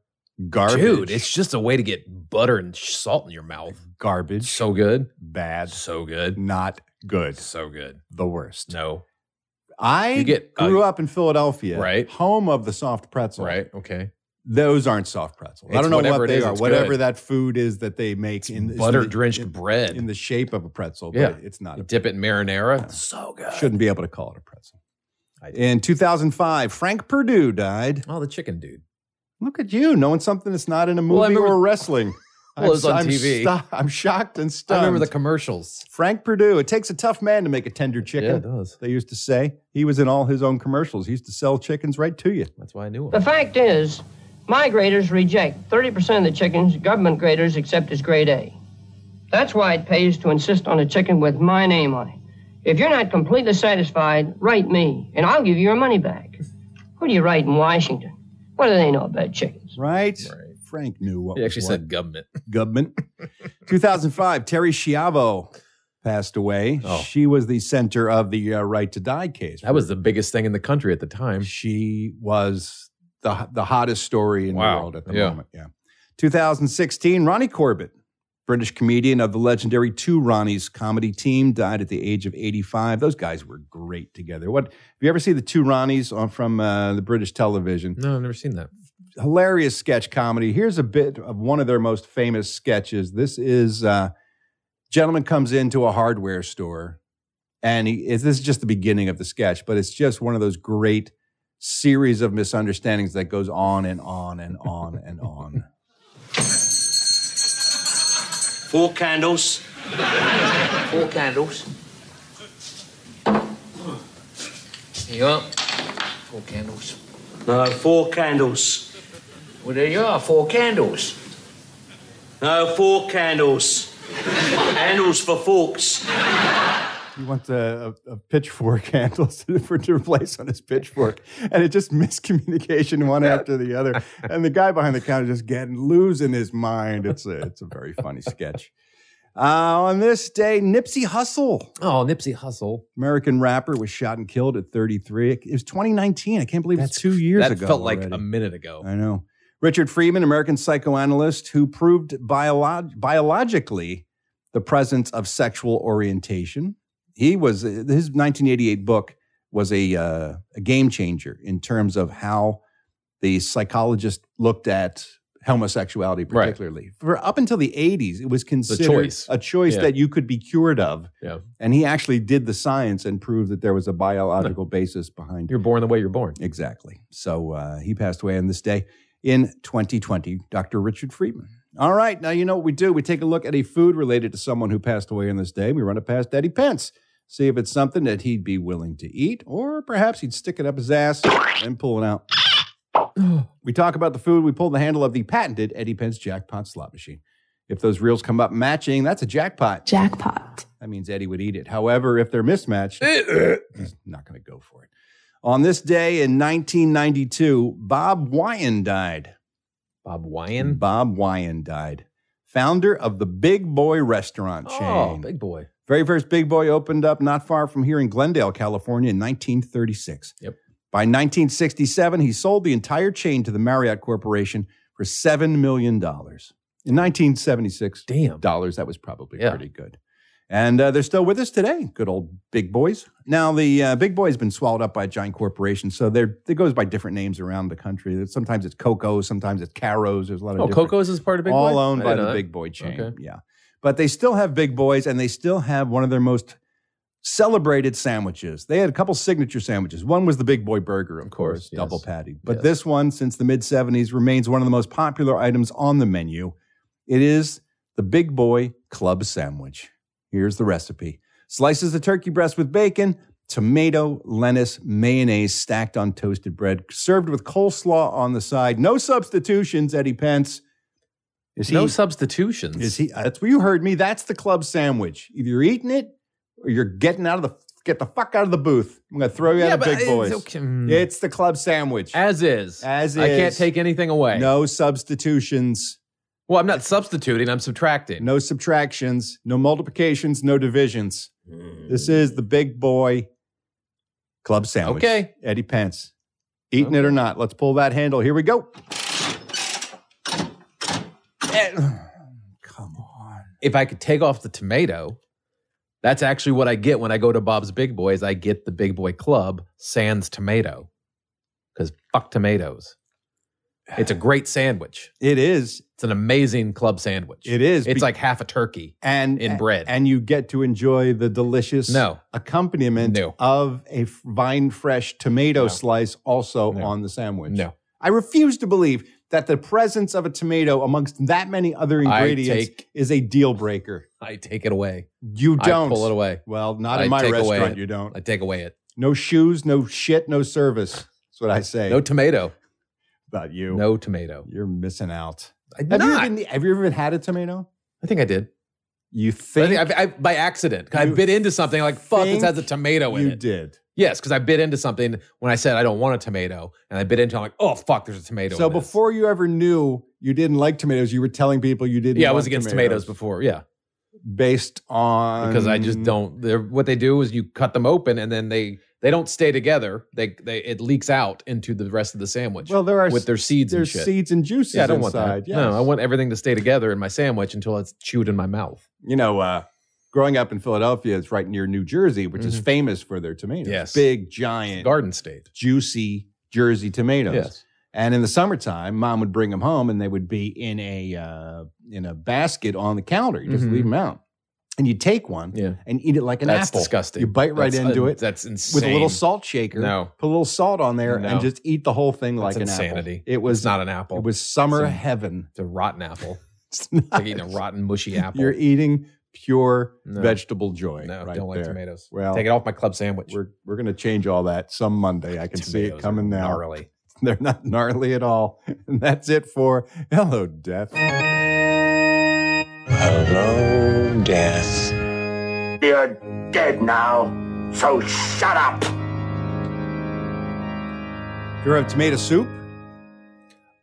Speaker 2: garbage.
Speaker 3: Dude, it's just a way to get butter and sh- salt in your mouth.
Speaker 2: garbage.
Speaker 3: So good.
Speaker 2: bad.
Speaker 3: So good.
Speaker 2: Not good.
Speaker 3: So good.
Speaker 2: The worst.
Speaker 3: No.
Speaker 2: I
Speaker 3: You get-
Speaker 2: grew up in Philadelphia,
Speaker 3: Right.
Speaker 2: home of the soft pretzel.
Speaker 3: Right. Okay.
Speaker 2: Those aren't soft pretzels. I
Speaker 3: It's
Speaker 2: don't know
Speaker 3: whatever
Speaker 2: what
Speaker 3: it
Speaker 2: they
Speaker 3: is,
Speaker 2: are.
Speaker 3: it's
Speaker 2: Whatever
Speaker 3: good.
Speaker 2: that food is that they make in it's in
Speaker 3: Butter
Speaker 2: the-
Speaker 3: drenched
Speaker 2: in-
Speaker 3: bread.
Speaker 2: in the shape of a pretzel, but
Speaker 3: Yeah.
Speaker 2: it's not.
Speaker 3: You
Speaker 2: A,
Speaker 3: dip it in marinara. So good.
Speaker 2: shouldn't be able to call it a pretzel.
Speaker 3: I do.
Speaker 2: In 2005, Frank Perdue died.
Speaker 3: Oh, the chicken dude.
Speaker 2: Look at you knowing something that's not in a movie
Speaker 3: Well, I remember-
Speaker 2: or wrestling.
Speaker 3: Well, it was on
Speaker 2: I'm
Speaker 3: TV.
Speaker 2: sto- I'm shocked and
Speaker 3: I
Speaker 2: stunned.
Speaker 3: remember the commercials.
Speaker 2: Frank Perdue. It takes a tough man to make a tender chicken.
Speaker 3: Yeah, it does.
Speaker 2: They used to say he was in all his own commercials. He used to sell chickens right to you.
Speaker 3: That's why I knew
Speaker 16: The
Speaker 3: him.
Speaker 16: fact is, my graders reject 30% of the chickens government graders accept as grade A. That's why it pays to insist on a chicken with my name on it. If you're not completely satisfied, write me, and I'll give you your money back. Who do you write in Washington? What do they know about chickens?
Speaker 2: Right? Frank knew what
Speaker 3: He
Speaker 2: was
Speaker 3: actually
Speaker 2: what.
Speaker 3: said government.
Speaker 2: government. 2005, Terry Schiavo passed away. She was the center of the uh, Right to Die case.
Speaker 3: Oh. That was the biggest thing in the country at the time.
Speaker 2: She was the the hottest story in
Speaker 3: Wow.
Speaker 2: the world at the
Speaker 3: Yeah.
Speaker 2: moment. Yeah. 2016, Ronnie Corbett, British comedian of the legendary Two Ronnies comedy team, died at the age of 85. Those guys were great together. What? If you ever see the Two Ronnies on, from uh, the British television,
Speaker 3: No, I've never seen that.
Speaker 2: hilarious sketch comedy. Here's a bit of one of their most famous sketches. This is uh gentleman comes into a hardware store and he is this is just the beginning of the sketch, but it's just one of those great series of misunderstandings that goes on and on and on and on.
Speaker 17: Four candles. Four candles. There you are. Four candles. No, four candles. Well, there you are, four candles. No, four candles. Handles for forks.
Speaker 2: He wants a, a, a pitchfork handle to, for, to replace on his pitchfork. And it just miscommunication one after the other. And the guy behind the counter just getting losing his mind. It's a, it's a very funny sketch. Uh, on this day, Nipsey Hussle,
Speaker 3: Oh, Nipsey Hussle.
Speaker 2: American rapper, was shot and killed at 33. It was 2019. I can't believe it's
Speaker 3: That's-
Speaker 2: two years
Speaker 3: that
Speaker 2: ago.
Speaker 3: felt like
Speaker 2: already. Uh,
Speaker 3: a minute ago.
Speaker 2: I know. Richard Freeman, American psychoanalyst, who proved biolog- biologically the presence of sexual orientation. He was his 1988 book was a uh, a game changer in terms of how the psychologist looked at homosexuality,
Speaker 3: Right.
Speaker 2: particularly for up until the 80s, it was considered
Speaker 3: choice.
Speaker 2: a choice
Speaker 3: Yeah.
Speaker 2: that you could be cured of.
Speaker 3: Yeah.
Speaker 2: And he actually did the science and proved that there was a biological basis behind
Speaker 3: You're born the way you're born.
Speaker 2: Exactly. So uh, he passed away on this day in 2020, Dr. Richard Friedman. All right, now you know what we do. We take a look at a food related to someone who passed away on this day. We run it past Eddie Pence, see if it's something that he'd be willing to eat, or perhaps he'd stick it up his ass and pull it out. we talk about the food. We pull the handle of the patented Eddie Pence jackpot slot machine. If those reels come up matching, that's a jackpot.
Speaker 18: Jackpot.
Speaker 2: That means Eddie would eat it. However, if they're mismatched, he's not going to go for it. On this day in 1992, Bob Wyan died. Bob Wyan? Bob Wyan died. Founder of the Big Boy restaurant chain.
Speaker 3: Oh, big boy.
Speaker 2: Very first Big Boy opened up not far from here in Glendale, California in 1936. Yep. By 1967, he sold the entire chain to the Marriott Corporation for $7 million. In 1976, damn
Speaker 3: Oh,
Speaker 2: dollars, that was probably pretty good. And uh, they're still with us today, good old big boys. Now the uh, big boy has been swallowed up by a giant corporation, so they're, it goes by different names around the country. Sometimes it's Coco, sometimes it's Caro's. There's a lot of
Speaker 3: Oh,
Speaker 2: different-
Speaker 3: Coco's is part of Big
Speaker 2: all
Speaker 3: Boy?
Speaker 2: owned
Speaker 3: I
Speaker 2: by
Speaker 3: didn't
Speaker 2: the
Speaker 3: know that.
Speaker 2: big boy chain.
Speaker 3: Okay.
Speaker 2: Yeah, but they still have big boys, and they still have one of their most celebrated sandwiches. They had a couple signature sandwiches. One was the big boy burger, of, course, double patty. But this one, since the mid '70s, remains one of the most popular items on the menu. It is the Big Boy Club Sandwich. Here's the recipe slices the turkey breast with bacon, tomato, lettuce, mayonnaise stacked on toasted bread, served with coleslaw on the side. No substitutions, Eddie Pence. Is
Speaker 3: No
Speaker 2: substitutions. Is he? That's where you heard me. That's the club sandwich. Either you're eating it or you're getting out of the get the fuck out of the booth. I'm gonna throw you out of
Speaker 3: but
Speaker 2: big
Speaker 3: it's
Speaker 2: boys.
Speaker 3: okay. Mm.
Speaker 2: It's the club sandwich.
Speaker 3: As is.
Speaker 2: As
Speaker 3: I can't
Speaker 2: is.
Speaker 3: take anything away.
Speaker 2: No substitutions.
Speaker 3: Well, I'm not substituting, I'm subtracting.
Speaker 2: No subtractions, no multiplications, no divisions. This
Speaker 3: Hmm.
Speaker 2: is the big boy club sandwich.
Speaker 3: Okay.
Speaker 2: Eddie Pence. Eating it or not. Let's pull that handle. Here we go.
Speaker 3: If I could take off the tomato, that's actually what I get when I go to Bob's Big Boy is I get the Big Boy Club sans tomato. Because fuck tomatoes. It's a great sandwich.
Speaker 2: It is.
Speaker 3: It's an amazing club sandwich.
Speaker 2: It is.
Speaker 3: It's
Speaker 2: Be-
Speaker 3: like half a turkey.
Speaker 2: And
Speaker 3: In bread.
Speaker 2: And you get to enjoy the delicious
Speaker 3: No.
Speaker 2: accompaniment of a f- vine fresh tomato slice also on the sandwich. No. I refuse to believe that the presence of a tomato amongst that many other
Speaker 3: I
Speaker 2: ingredients
Speaker 3: take-
Speaker 2: is a deal breaker.
Speaker 3: I take it away.
Speaker 2: You don't.
Speaker 3: I pull it away.
Speaker 2: Well, not in
Speaker 3: I
Speaker 2: my
Speaker 3: take away
Speaker 2: restaurant,
Speaker 3: it.
Speaker 2: you don't.
Speaker 3: I take away it.
Speaker 2: No shoes, no shit, no service. That's what I say.
Speaker 3: No tomato.
Speaker 2: About you.
Speaker 3: No tomato.
Speaker 2: You're missing out.
Speaker 3: I'm
Speaker 2: have,
Speaker 3: not.
Speaker 2: You even, have you ever had a tomato?
Speaker 3: I think I did.
Speaker 2: You
Speaker 3: think? I think I've- I've- by accident. 'Cause I bit into something like, fuck, this has a tomato in
Speaker 2: you
Speaker 3: it.
Speaker 2: did.
Speaker 3: Yes, because I bit into something when I said I don't want a tomato. And I bit into it. I'm like, oh, fuck, there's a tomato
Speaker 2: So
Speaker 3: in this.
Speaker 2: before you ever knew you didn't like tomatoes, you were telling people you didn't.
Speaker 3: Yeah, I
Speaker 2: want
Speaker 3: was against tomatoes before. Yeah.
Speaker 2: based on
Speaker 3: because I just don't. They're, what they do is you cut them open, and then they they don't stay together. They they it leaks out into the rest of the sandwich.
Speaker 2: Well, there are
Speaker 3: with their
Speaker 2: s-
Speaker 3: seeds.
Speaker 2: there's
Speaker 3: and shit.
Speaker 2: seeds and juices
Speaker 3: Yeah, I don't want
Speaker 2: inside,
Speaker 3: that. No,
Speaker 2: yes.
Speaker 3: I want everything to stay together in my sandwich until it's chewed in my mouth.
Speaker 2: You know, uh, growing up in Philadelphia, it's right near New Jersey, which is famous for their tomatoes.
Speaker 3: Mm-hmm. Yes.
Speaker 2: big, giant,
Speaker 3: garden state,
Speaker 2: juicy Jersey tomatoes.
Speaker 3: Yes.
Speaker 2: And in the summertime, mom would bring them home, and they would be in a uh, in a basket on the counter. You just
Speaker 3: Mhm.
Speaker 2: leave them out, and you take one, and eat it like an
Speaker 3: That's
Speaker 2: apple.
Speaker 3: disgusting.
Speaker 2: You bite right
Speaker 3: That's
Speaker 2: into
Speaker 3: un-
Speaker 2: it.
Speaker 3: that's
Speaker 2: With a little
Speaker 3: insane.
Speaker 2: salt shaker.
Speaker 3: No.
Speaker 2: Put a little salt on there
Speaker 3: No.
Speaker 2: and just eat the whole thing like
Speaker 3: That's
Speaker 2: an
Speaker 3: insanity.
Speaker 2: apple. It was
Speaker 3: It's not an apple.
Speaker 2: It was summer
Speaker 3: It's a-
Speaker 2: heaven.
Speaker 3: It's a rotten apple.
Speaker 2: It's
Speaker 3: like eating a rotten mushy apple.
Speaker 2: You're eating pure
Speaker 3: No.
Speaker 2: vegetable joy.
Speaker 3: No,
Speaker 2: right
Speaker 3: don't like
Speaker 2: there.
Speaker 3: tomatoes.
Speaker 2: Well,
Speaker 3: Take it off my club sandwich.
Speaker 2: We're we're gonna change all that some Monday. I can see it
Speaker 3: Tomatoes are
Speaker 2: coming now.
Speaker 3: gnarly.
Speaker 2: They're not gnarly at all. And that's it for Hello Death.
Speaker 19: Hello, Death. You're dead now, so shut up.
Speaker 2: You're a tomato soup.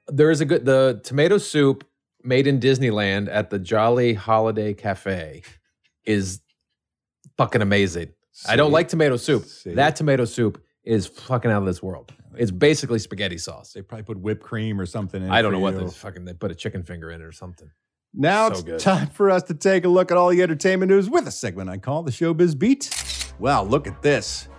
Speaker 3: There is a good the tomato soup made in Disneyland at the Jolly Holiday Cafe is fucking amazing. I don't like tomato soup. That tomato soup is fucking out of this world. It's basically spaghetti sauce. They
Speaker 2: probably put whipped cream or something in
Speaker 3: I
Speaker 2: it
Speaker 3: don't
Speaker 2: for
Speaker 3: know what
Speaker 2: you.
Speaker 3: they fucking they put a chicken finger in it or something.
Speaker 2: Now
Speaker 3: So
Speaker 2: it's
Speaker 3: good.
Speaker 2: time for us to take a look at all the entertainment news with a segment I call the Showbiz Beat. Wow, look at this.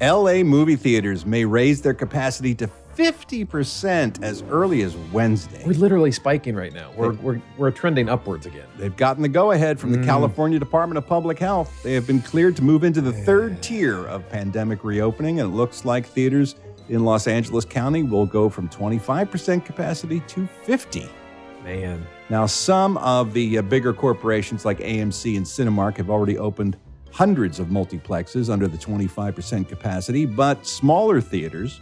Speaker 2: LA movie theaters may raise their capacity to 50% as early as Wednesday.
Speaker 3: We're literally spiking right now. We're we're we're trending upwards again.
Speaker 2: They've gotten the go ahead from the California Department of Public Health. They have been cleared to move into the third tier of pandemic reopening, and it looks like theaters in Los Angeles County will go from 25% capacity to 50.
Speaker 3: Man.
Speaker 2: Now, some of the uh, bigger corporations like AMC and Cinemark have already opened hundreds of multiplexes under the 25% capacity, but smaller theaters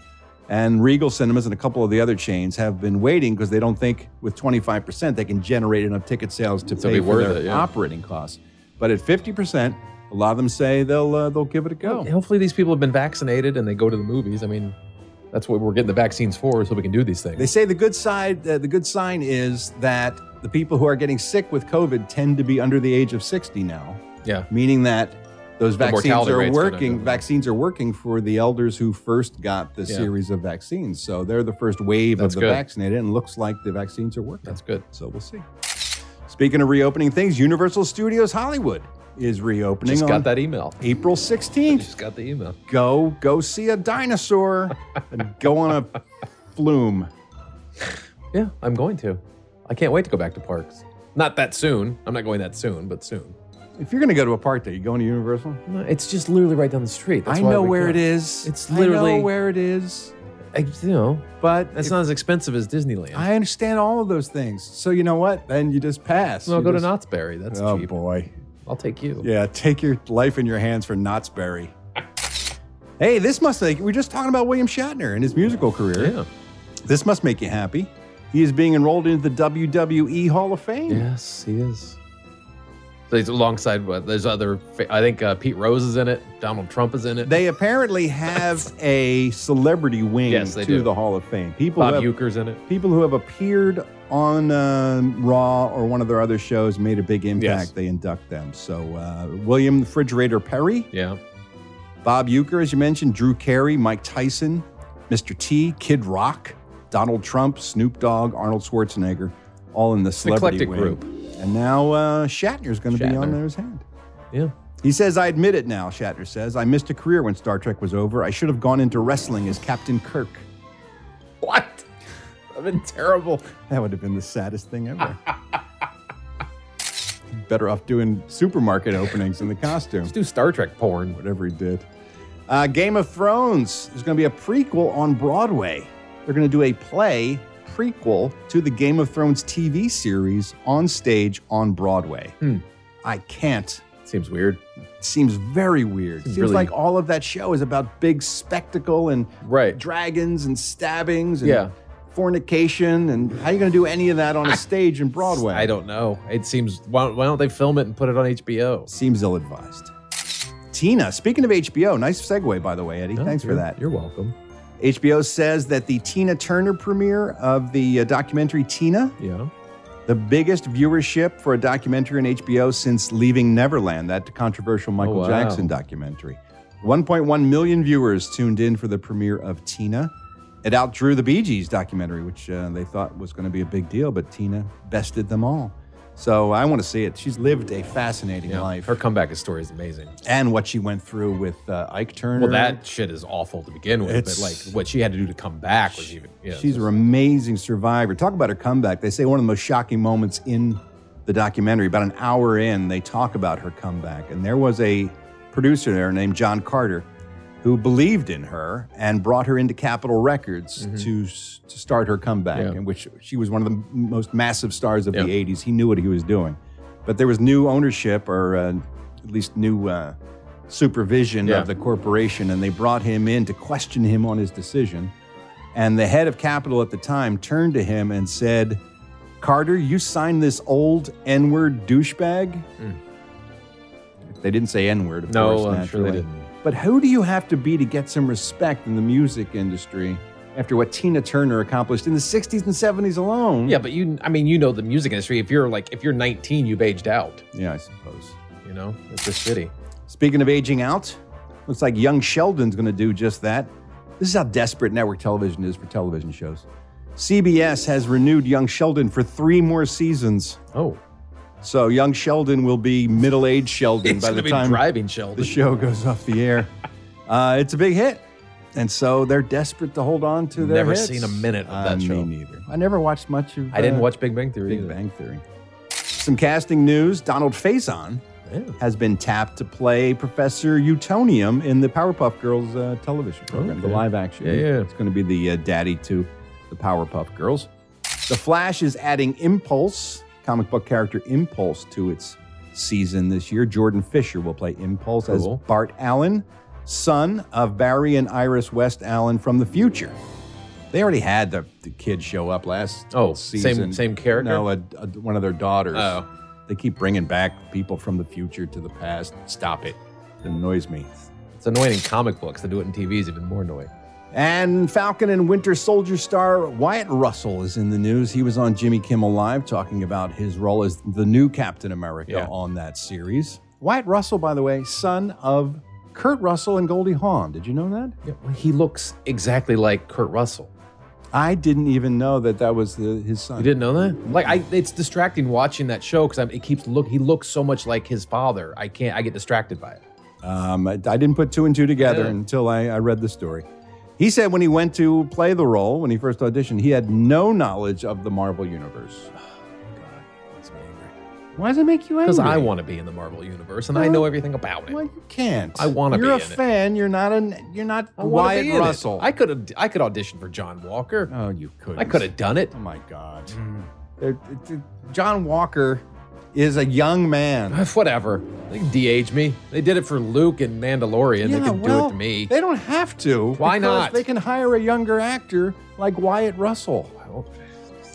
Speaker 2: and Regal Cinemas and a couple of the other chains have been waiting because they don't think with 25% they can generate enough ticket sales to
Speaker 3: To
Speaker 2: pay
Speaker 3: be
Speaker 2: for
Speaker 3: worth
Speaker 2: their
Speaker 3: it, yeah.
Speaker 2: operating costs. But at 50%, a lot of them say they'll uh, they'll give it a go.
Speaker 3: Well, Hopefully, these people have been vaccinated and they go to the movies. I mean, that's what we're getting the vaccines for, so we can do these things.
Speaker 2: They say the good side, uh, the good sign is that the people who are getting sick with COVID tend to be under the age of 60 now,
Speaker 3: yeah.
Speaker 2: meaning that those
Speaker 3: The
Speaker 2: vaccines
Speaker 3: mortality
Speaker 2: are
Speaker 3: rates go down,
Speaker 2: working.
Speaker 3: doesn't it?
Speaker 2: Vaccines are working for the elders who first got the
Speaker 3: Yeah.
Speaker 2: series of vaccines. So they're the first wave
Speaker 3: That's
Speaker 2: of the
Speaker 3: good.
Speaker 2: vaccinated, and looks like the vaccines are working.
Speaker 3: That's good.
Speaker 2: So we'll see. Speaking of reopening things, Universal Studios Hollywood is reopening.
Speaker 3: Just got
Speaker 2: on
Speaker 3: that email.
Speaker 2: April 16th
Speaker 3: Just got the email.
Speaker 2: go go see a dinosaur and go on a flume.
Speaker 3: Yeah, I'm going to. I can't wait to go back to parks. Not that soon. I'm not going that soon, but soon.
Speaker 2: If you're going to go to a park, though, you going to Universal?
Speaker 3: No, it's just literally right down the street. That's
Speaker 2: I
Speaker 3: why
Speaker 2: know
Speaker 3: we
Speaker 2: where
Speaker 3: go.
Speaker 2: it is.
Speaker 3: It's
Speaker 2: I know
Speaker 3: literally
Speaker 2: where it is.
Speaker 3: I, you know,
Speaker 2: But
Speaker 3: that's
Speaker 2: if-
Speaker 3: not as expensive as Disneyland.
Speaker 2: I understand all of those things. So you know what? Then you just pass.
Speaker 3: No,
Speaker 2: You
Speaker 3: go to
Speaker 2: just-
Speaker 3: Knott's Berry. That's
Speaker 2: oh
Speaker 3: cheap.
Speaker 2: boy.
Speaker 3: I'll take you.
Speaker 2: Yeah, take your life in your hands for Knott's Berry. Hey, this must like we we're just talking about William Shatner and his musical career.
Speaker 3: Yeah.
Speaker 2: This must make you happy. He is being enrolled into the WWE Hall of Fame.
Speaker 3: Yes, he is. So he's alongside what? There's other. fa- I think uh, Pete Rose is in it. Donald Trump is in it.
Speaker 2: They apparently have a celebrity wing
Speaker 3: Yes,
Speaker 2: to
Speaker 3: they do.
Speaker 2: the Hall of Fame. People
Speaker 3: Bob
Speaker 2: who have,
Speaker 3: Euchre's in it.
Speaker 2: people who have appeared on um Raw or one of their other shows made a big impact.
Speaker 3: Yes.
Speaker 2: They induct them. So uh, William the Refrigerator Perry,
Speaker 3: Yeah.
Speaker 2: Bob Euchre, as you mentioned, Drew Carey, Mike Tyson, Mr. T, Kid Rock, Donald Trump, Snoop Dogg, Arnold Schwarzenegger, all in the
Speaker 3: an
Speaker 2: celebrity
Speaker 3: eclectic
Speaker 2: wing.
Speaker 3: group.
Speaker 2: And now uh, Shatner's going to be on
Speaker 3: Shatner.
Speaker 2: there as hand.
Speaker 3: Yeah.
Speaker 2: He says, I admit it now, Shatner says. I missed a career when Star Trek was over. I should have gone into wrestling as Captain Kirk.
Speaker 3: What? I've been terrible.
Speaker 2: That would have been the saddest thing ever. Better off doing supermarket openings in the costume,
Speaker 3: Let's do Star Trek porn.
Speaker 2: whatever he did. Uh, Game of Thrones is going to be a prequel on Broadway. They're going to do a play prequel to the Game of Thrones TV series on stage on Broadway.
Speaker 3: Hmm.
Speaker 2: I can't
Speaker 3: Seems weird.
Speaker 2: seems very weird. Seems,
Speaker 3: Seems really-
Speaker 2: like all of that show is about big spectacle and
Speaker 3: Right.
Speaker 2: dragons and stabbings and
Speaker 3: Yeah.
Speaker 2: fornication. And how are you going to do any of that on a stage in Broadway?
Speaker 3: I don't know. It seems. Why, why don't they film it and put it on HBO?
Speaker 2: Seems ill advised. Tina, speaking of HBO, nice segue, by the way, Eddie.
Speaker 3: No,
Speaker 2: Thanks for
Speaker 3: you're-
Speaker 2: that.
Speaker 3: You're welcome.
Speaker 2: HBO says that the Tina Turner premiere of the uh, documentary Tina,
Speaker 3: Yeah.
Speaker 2: the biggest viewership for a documentary on HBO since Leaving Neverland, that controversial Michael
Speaker 3: Oh, wow.
Speaker 2: Jackson documentary. 1.1 million viewers tuned in for the premiere of Tina. It outdrew the Bee Gees documentary, which uh, they thought was going to be a big deal, but Tina bested them all. So I want to see it. She's lived a fascinating
Speaker 3: Yeah.
Speaker 2: life,
Speaker 3: Her comeback story is amazing.
Speaker 2: and what she went through with uh, Ike Turner.
Speaker 3: Well, that shit is awful to begin with,
Speaker 2: It's-
Speaker 3: but like what she had to do to come back was even. Yeah,
Speaker 2: She's an amazing survivor. Talk about her comeback. They say one of the most shocking moments in the documentary, about an hour in, they talk about her comeback. And there was a producer there named John Carter who believed in her and brought her into Capitol Records to, s- to start her comeback,
Speaker 3: Mm-hmm. Yeah.
Speaker 2: in which she was one of the m- most massive stars of
Speaker 3: Yeah.
Speaker 2: the 80s. He knew what he was doing. But there was new ownership or uh, at least new. Uh, supervision
Speaker 3: Yeah.
Speaker 2: of the corporation, and they brought him in to question him on his decision. And the head of capital at the time turned to him and said, Carter, you signed this old N word douchebag?
Speaker 3: Mm.
Speaker 2: They didn't say N word, of
Speaker 3: No,
Speaker 2: course,
Speaker 3: I'm sure
Speaker 2: naturally.
Speaker 3: they didn't.
Speaker 2: But who do you have to be to get some respect in the music industry after what Tina Turner accomplished in the 60s and 70s alone?
Speaker 3: Yeah, but you. I mean, you know the music industry. If you're like, if you're 19, you've aged out.
Speaker 2: Yeah, I suppose.
Speaker 3: You know, it's just shitty.
Speaker 2: Speaking of aging out, looks like young Sheldon's going to do just that. This is how desperate network television is for television shows. CBS has renewed young Sheldon for three more seasons.
Speaker 3: Oh,
Speaker 2: So young Sheldon will be middle-aged Sheldon
Speaker 3: it's
Speaker 2: by
Speaker 3: gonna
Speaker 2: the
Speaker 3: be
Speaker 2: time
Speaker 3: driving
Speaker 2: the
Speaker 3: Sheldon.
Speaker 2: show goes off the air. Uh, it's a big hit, and so they're desperate to hold on to their.
Speaker 3: Never
Speaker 2: hits.
Speaker 3: seen a minute of
Speaker 2: Uh,
Speaker 3: that show.
Speaker 2: Me neither. I never watched much of.
Speaker 3: I didn't
Speaker 2: uh,
Speaker 3: watch Big Bang Theory.
Speaker 2: Big
Speaker 3: either.
Speaker 2: Bang Theory. Some casting news: Donald Faison
Speaker 3: Yeah.
Speaker 2: has been tapped to play Professor Utonium in the Powerpuff Girls uh, television program, the
Speaker 3: Okay.
Speaker 2: live action.
Speaker 3: Yeah, yeah.
Speaker 2: It's going to be the uh, daddy to the Powerpuff Girls. The Flash is adding Impulse, comic book character Impulse, to its season this year. Jordan Fisher will play Impulse
Speaker 3: Cool.
Speaker 2: as Bart Allen, son of Barry and Iris West Allen from the future. They already had the, the kid show up last
Speaker 3: Oh, same-
Speaker 2: season.
Speaker 3: same character?
Speaker 2: No, a, a- uh, one of their daughters.
Speaker 3: Oh.
Speaker 2: They keep bringing back people from the future to the past. Stop it. It annoys me.
Speaker 3: It's annoying in comic books. To do it in TV is even more annoying.
Speaker 2: And Falcon and Winter Soldier star Wyatt Russell is in the news. He was on Jimmy Kimmel Live talking about his role as the new Captain America
Speaker 3: Yeah.
Speaker 2: on that series. Wyatt Russell, by the way, son of Kurt Russell and Goldie Hawn. Did you know that?
Speaker 3: He looks exactly like Kurt Russell.
Speaker 2: I didn't even know that that was the, his son.
Speaker 3: You didn't know that? Like, I it's distracting watching that show because it keeps look. He looks so much like his father. I can't. I get distracted by it.
Speaker 2: Um, I, I didn't put two and two together
Speaker 3: Yeah.
Speaker 2: until I, I read the story. He said when he went to play the role, when he first auditioned, he had no knowledge of the Marvel Universe.
Speaker 3: Oh,
Speaker 2: Why does it make you angry?
Speaker 3: Because I want to be in the Marvel universe and I know everything about it.
Speaker 2: Well, you can't.
Speaker 3: I want to be
Speaker 2: You're
Speaker 3: in
Speaker 2: a
Speaker 3: it.
Speaker 2: fan. You're not an. You're not
Speaker 3: I wanna
Speaker 2: Wyatt
Speaker 3: be in it.
Speaker 2: Russell.
Speaker 3: I could I could audition for John Walker.
Speaker 2: Oh, you could.
Speaker 3: I could have done it.
Speaker 2: Oh my God. It- it- it- John Walker is a young man.
Speaker 3: Whatever. They can de-age me. They did it for Luke and Mandalorian.
Speaker 2: Yeah,
Speaker 3: they can do
Speaker 2: well,
Speaker 3: it to me.
Speaker 2: They don't have to.
Speaker 3: Why
Speaker 2: because
Speaker 3: not?
Speaker 2: They can hire a younger actor like Wyatt Russell.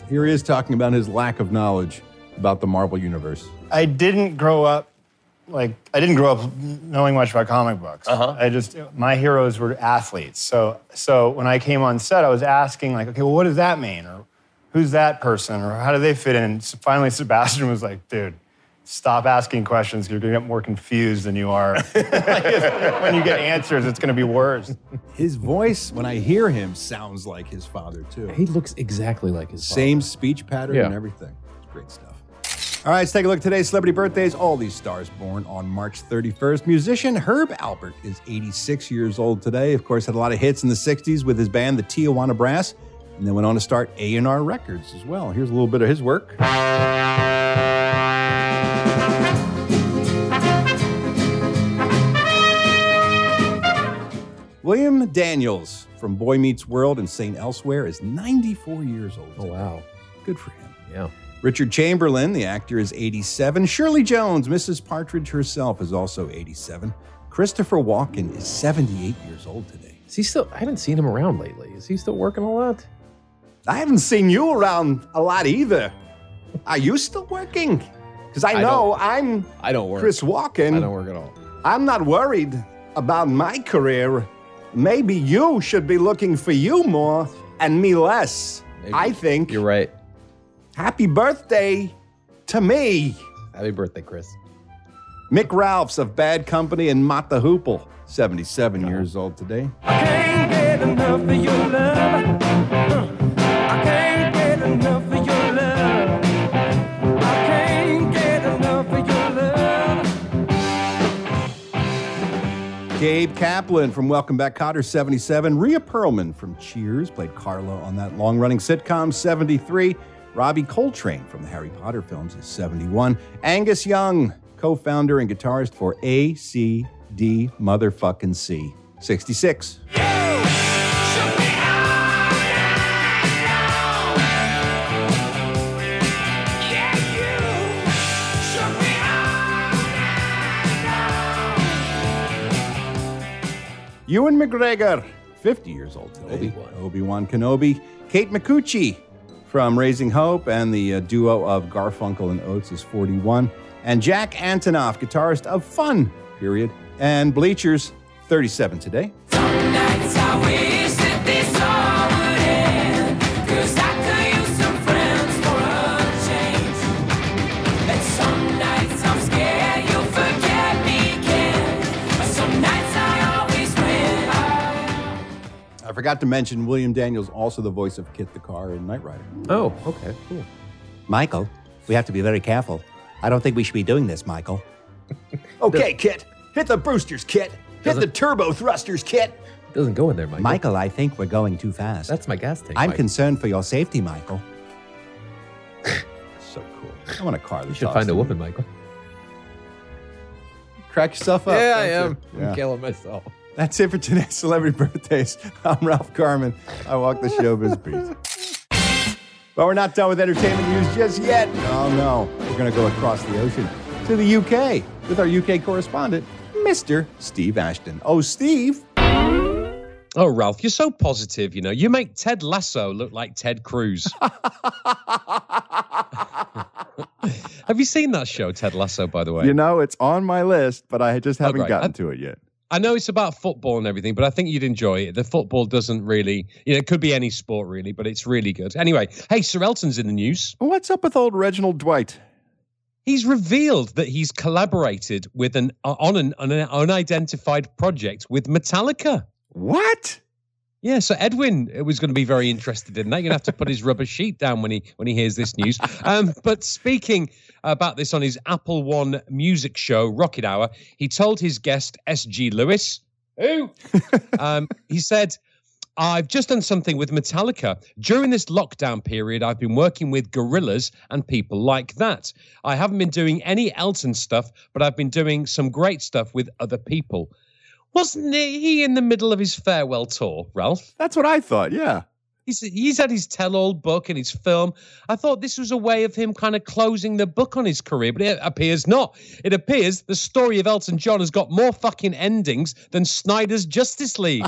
Speaker 2: Here he is talking about his lack of knowledge about the Marvel Universe.
Speaker 18: I didn't grow up like I didn't grow up knowing much about comic books. I just my heroes were athletes. So so when I came on set, I was asking like, okay, well, what does that mean, or who's that person, or how do they fit in? And so finally, Sebastian was like, dude. Stop asking questions. You're going to get more confused than you are. Like, if- when you get answers, it's going to be worse.
Speaker 2: His voice, when I hear him, sounds like his father too.
Speaker 3: He looks exactly like his
Speaker 2: Same speech pattern
Speaker 3: Yeah.
Speaker 2: and everything. It's great stuff. All right, let's take a look at today's celebrity birthdays. All these stars born on March 31st. Musician Herb Albert is 86 years old today. Of course, had a lot of hits in the 60s with his band, the Tijuana Brass, and then went on to start A&R Records as well. Here's a little bit of his work. William Daniels from Boy Meets World and St. Elsewhere is 94 years old. Oh,
Speaker 3: wow.
Speaker 2: Good for him.
Speaker 3: Yeah.
Speaker 2: Richard Chamberlain, the actor, is 87. Shirley Jones, Mrs. Partridge herself, is also 87. Christopher Walken is 78 years old today.
Speaker 3: Is he still? I haven't seen him around lately. Is he still working a lot?
Speaker 2: I haven't seen you around a lot either. Are you still working? Because I
Speaker 3: I
Speaker 2: know I'm
Speaker 3: I don't work.
Speaker 2: Chris Walken.
Speaker 3: I don't work at all.
Speaker 2: I'm not worried about my career. Maybe you should be looking for you more and me less. I think. You're
Speaker 3: right.
Speaker 2: Happy birthday to me.
Speaker 3: Happy birthday, Chris.
Speaker 2: Mick Ralphs of Bad Company and Mott the Hoople, 77 years old today.
Speaker 9: Can't get enough of your love. I can't get enough of your love. I can't get enough of your love.
Speaker 2: Gabe Kaplan from Welcome Back, Cotter, 77. Rhea Perlman from Cheers played Carla on that long running sitcom, 73. Robbie Coltrane from the Harry Potter films is 71. Angus Young, co founder and guitarist for ACD Motherfucking C, 66. Ewan McGregor, 50 years old today. Obi Wan Kenobi. Kate McCucci from Raising Hope and the uh, duo of Garfunkel and Oates is 41. And Jack Antonoff, guitarist of Fun, period, and Bleachers, 37 today.
Speaker 9: Nights I wish that this all would end. 'Cause I could use some friends for a change. And some nights I'm scared you'll forget me again. But some nights I always win.
Speaker 2: I forgot to mention William Daniels, also the voice of Kit the Car in Knight Rider.
Speaker 3: Oh, okay, cool.
Speaker 20: Michael, we have to be very careful. I don't think we should be doing this, Michael.
Speaker 2: Okay, Kit, hit the boosters, Kit.
Speaker 20: Hit the
Speaker 2: turbo thrusters, Kit.
Speaker 3: Doesn't go in there, Michael.
Speaker 20: Michael, I think we're going too fast.
Speaker 3: That's my gas tank.
Speaker 20: I'm
Speaker 3: Mike.
Speaker 20: concerned for your safety, Michael.
Speaker 2: So cool. I want a car.
Speaker 3: You should find a woman, Michael.
Speaker 2: Crack yourself up.
Speaker 3: yeah, I am.
Speaker 2: don't you?
Speaker 3: I'm
Speaker 2: Yeah.
Speaker 3: killing myself.
Speaker 2: That's it for today's celebrity birthdays. I'm Ralph Garman. I walk the showbiz beat. But we're not done with entertainment news just yet. Oh no, we're going to go across the ocean to the UK with our UK correspondent, Mr. Steve Ashton. Oh, Steve.
Speaker 11: Oh, Ralph, you're so positive. You know, you make Ted Lasso look like Ted Cruz. Have you seen that show, Ted Lasso? By the way,
Speaker 21: You know, it's on my list, but I just
Speaker 11: Oh,
Speaker 21: haven't
Speaker 11: great.
Speaker 21: gotten
Speaker 11: I-
Speaker 21: to it yet.
Speaker 11: I know it's about football and everything, but I think you'd enjoy it. The football doesn't really, you know, it could be any sport really, but it's really good. Anyway, hey, Sir Elton's in the news.
Speaker 21: What's up with old Reginald Dwight?
Speaker 11: He's revealed that he's collaborated with an uh, on an, on an unidentified project with Metallica.
Speaker 21: What?
Speaker 11: Yeah, so Edwin uh, was going to be very interested in that. You're going to have to put his rubber sheet down when he when he hears this news. Um, but speaking about this on his Apple One music show, Rocket Hour, he told his guest S.G. Lewis, who um, he said, I've just done something with Metallica. During this lockdown period, I've been working with gorillas and people like that. I haven't been doing any Elton stuff, but I've been doing some great stuff with other people. Wasn't he in the middle of his farewell tour, Ralph?
Speaker 21: That's what I thought, yeah.
Speaker 11: He's, he's had his tell all book and his film. I thought this was a way of him kind of closing the book on his career, but it appears not. It appears the story of Elton John has got more fucking endings than Snyder's Justice League.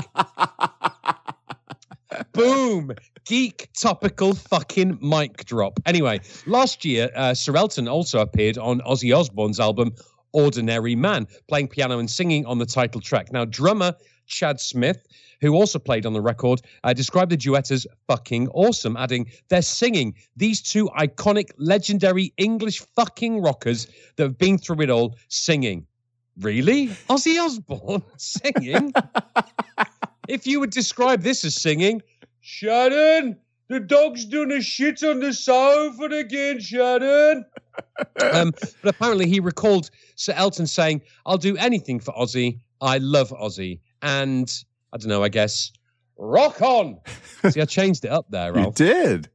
Speaker 11: Boom! Geek topical fucking mic drop. Anyway, last year, uh, Sir Elton also appeared on Ozzy Osbourne's album Ordinary Man, playing piano and singing on the title track. Now, drummer Chad Smith, who also played on the record, uh, described the duet as fucking awesome, adding, They're singing these two iconic, legendary English fucking rockers that have been through it all singing. Really? Ozzy Osbourne singing? if you would describe this as singing, Shannon, the dog's done a shit on the sofa again, Shannon. um, but apparently, he recalled Sir Elton saying, I'll do anything for Ozzy. I love Ozzy. And I don't know, I guess, rock on. See, I changed it up there, Ralph.
Speaker 21: You did.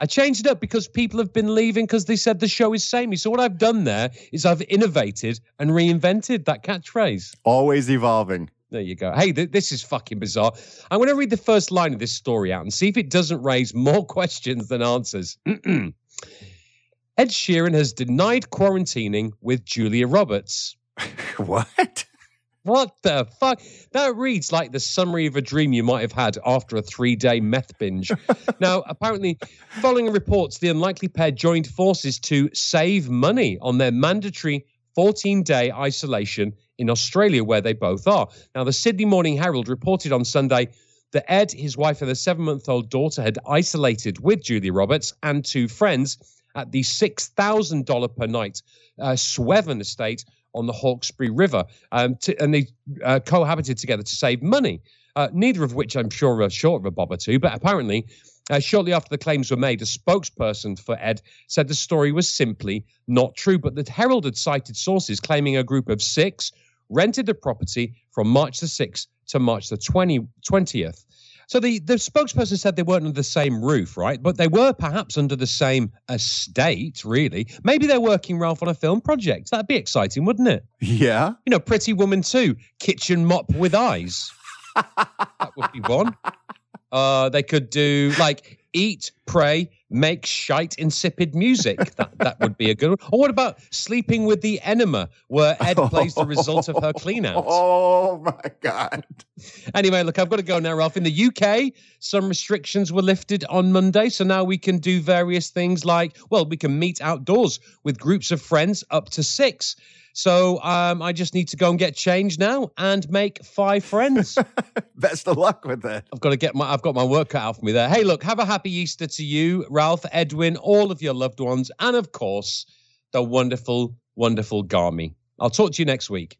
Speaker 11: I changed it up because people have been leaving because they said the show is samey. So what I've done there is I've innovated and reinvented that catchphrase.
Speaker 21: Always evolving.
Speaker 11: There you go. Hey, th- this is fucking bizarre. I'm going to read the first line of this story out and see if it doesn't raise more questions than answers. Ed Sheeran has denied quarantining with Julia Roberts.
Speaker 21: what?
Speaker 11: What the fuck? That reads like the summary of a dream you might have had after a three day meth binge. now, apparently, following reports, the unlikely pair joined forces to save money on their mandatory 14 day isolation in Australia, where they both are. Now, the Sydney Morning Herald reported on Sunday that Ed, his wife, and their seven month old daughter had isolated with Julia Roberts and two friends at the $6,000 per night uh, Sweven estate on the Hawkesbury River. Um, to, and they uh, cohabited together to save money, uh, neither of which I'm sure are short of a bob or two, but apparently. Uh, shortly after the claims were made, a spokesperson for Ed said the story was simply not true. But the Herald had cited sources claiming a group of six rented the property from March the 6th to March the 20, 20th. So the, the spokesperson said they weren't under the same roof, right? But they were perhaps under the same estate, really. Maybe they're working, Ralph, on a film project. That'd be exciting, wouldn't it?
Speaker 21: Yeah.
Speaker 11: You know, Pretty Woman 2, Kitchen Mop with Eyes. that would be one. Uh, they could do like eat, pray, make shite insipid music. That that would be a good one. Or what about sleeping with the enema, where Ed plays the result of her clean out?
Speaker 21: Oh my god.
Speaker 11: Anyway, look, I've got to go now, Ralph. In the UK, some restrictions were lifted on Monday, so now we can do various things like, well, we can meet outdoors with groups of friends up to six. So um, I just need to go and get change now and make five friends.
Speaker 21: Best of luck with that.
Speaker 11: I've got to get my I've got my work cut out for me there. Hey, look, have a happy Easter to you, Ralph, Edwin, all of your loved ones, and of course, the wonderful, wonderful Garmy. I'll talk to you next week.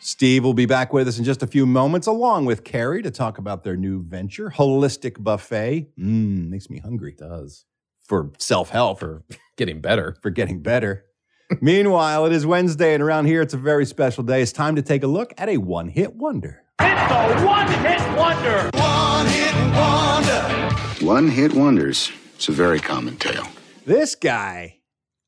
Speaker 2: Steve will be back with us in just a few moments, along with Carrie, to talk about their new venture, Holistic Buffet. Mmm, makes me hungry. does. For self help. For
Speaker 3: getting better.
Speaker 2: For getting better. Meanwhile, it is Wednesday, and around here, it's a very special day. It's time to take a look at a one hit wonder.
Speaker 9: It's a one hit wonder. One hit wonder.
Speaker 22: One hit wonders. It's a very common tale.
Speaker 2: This guy,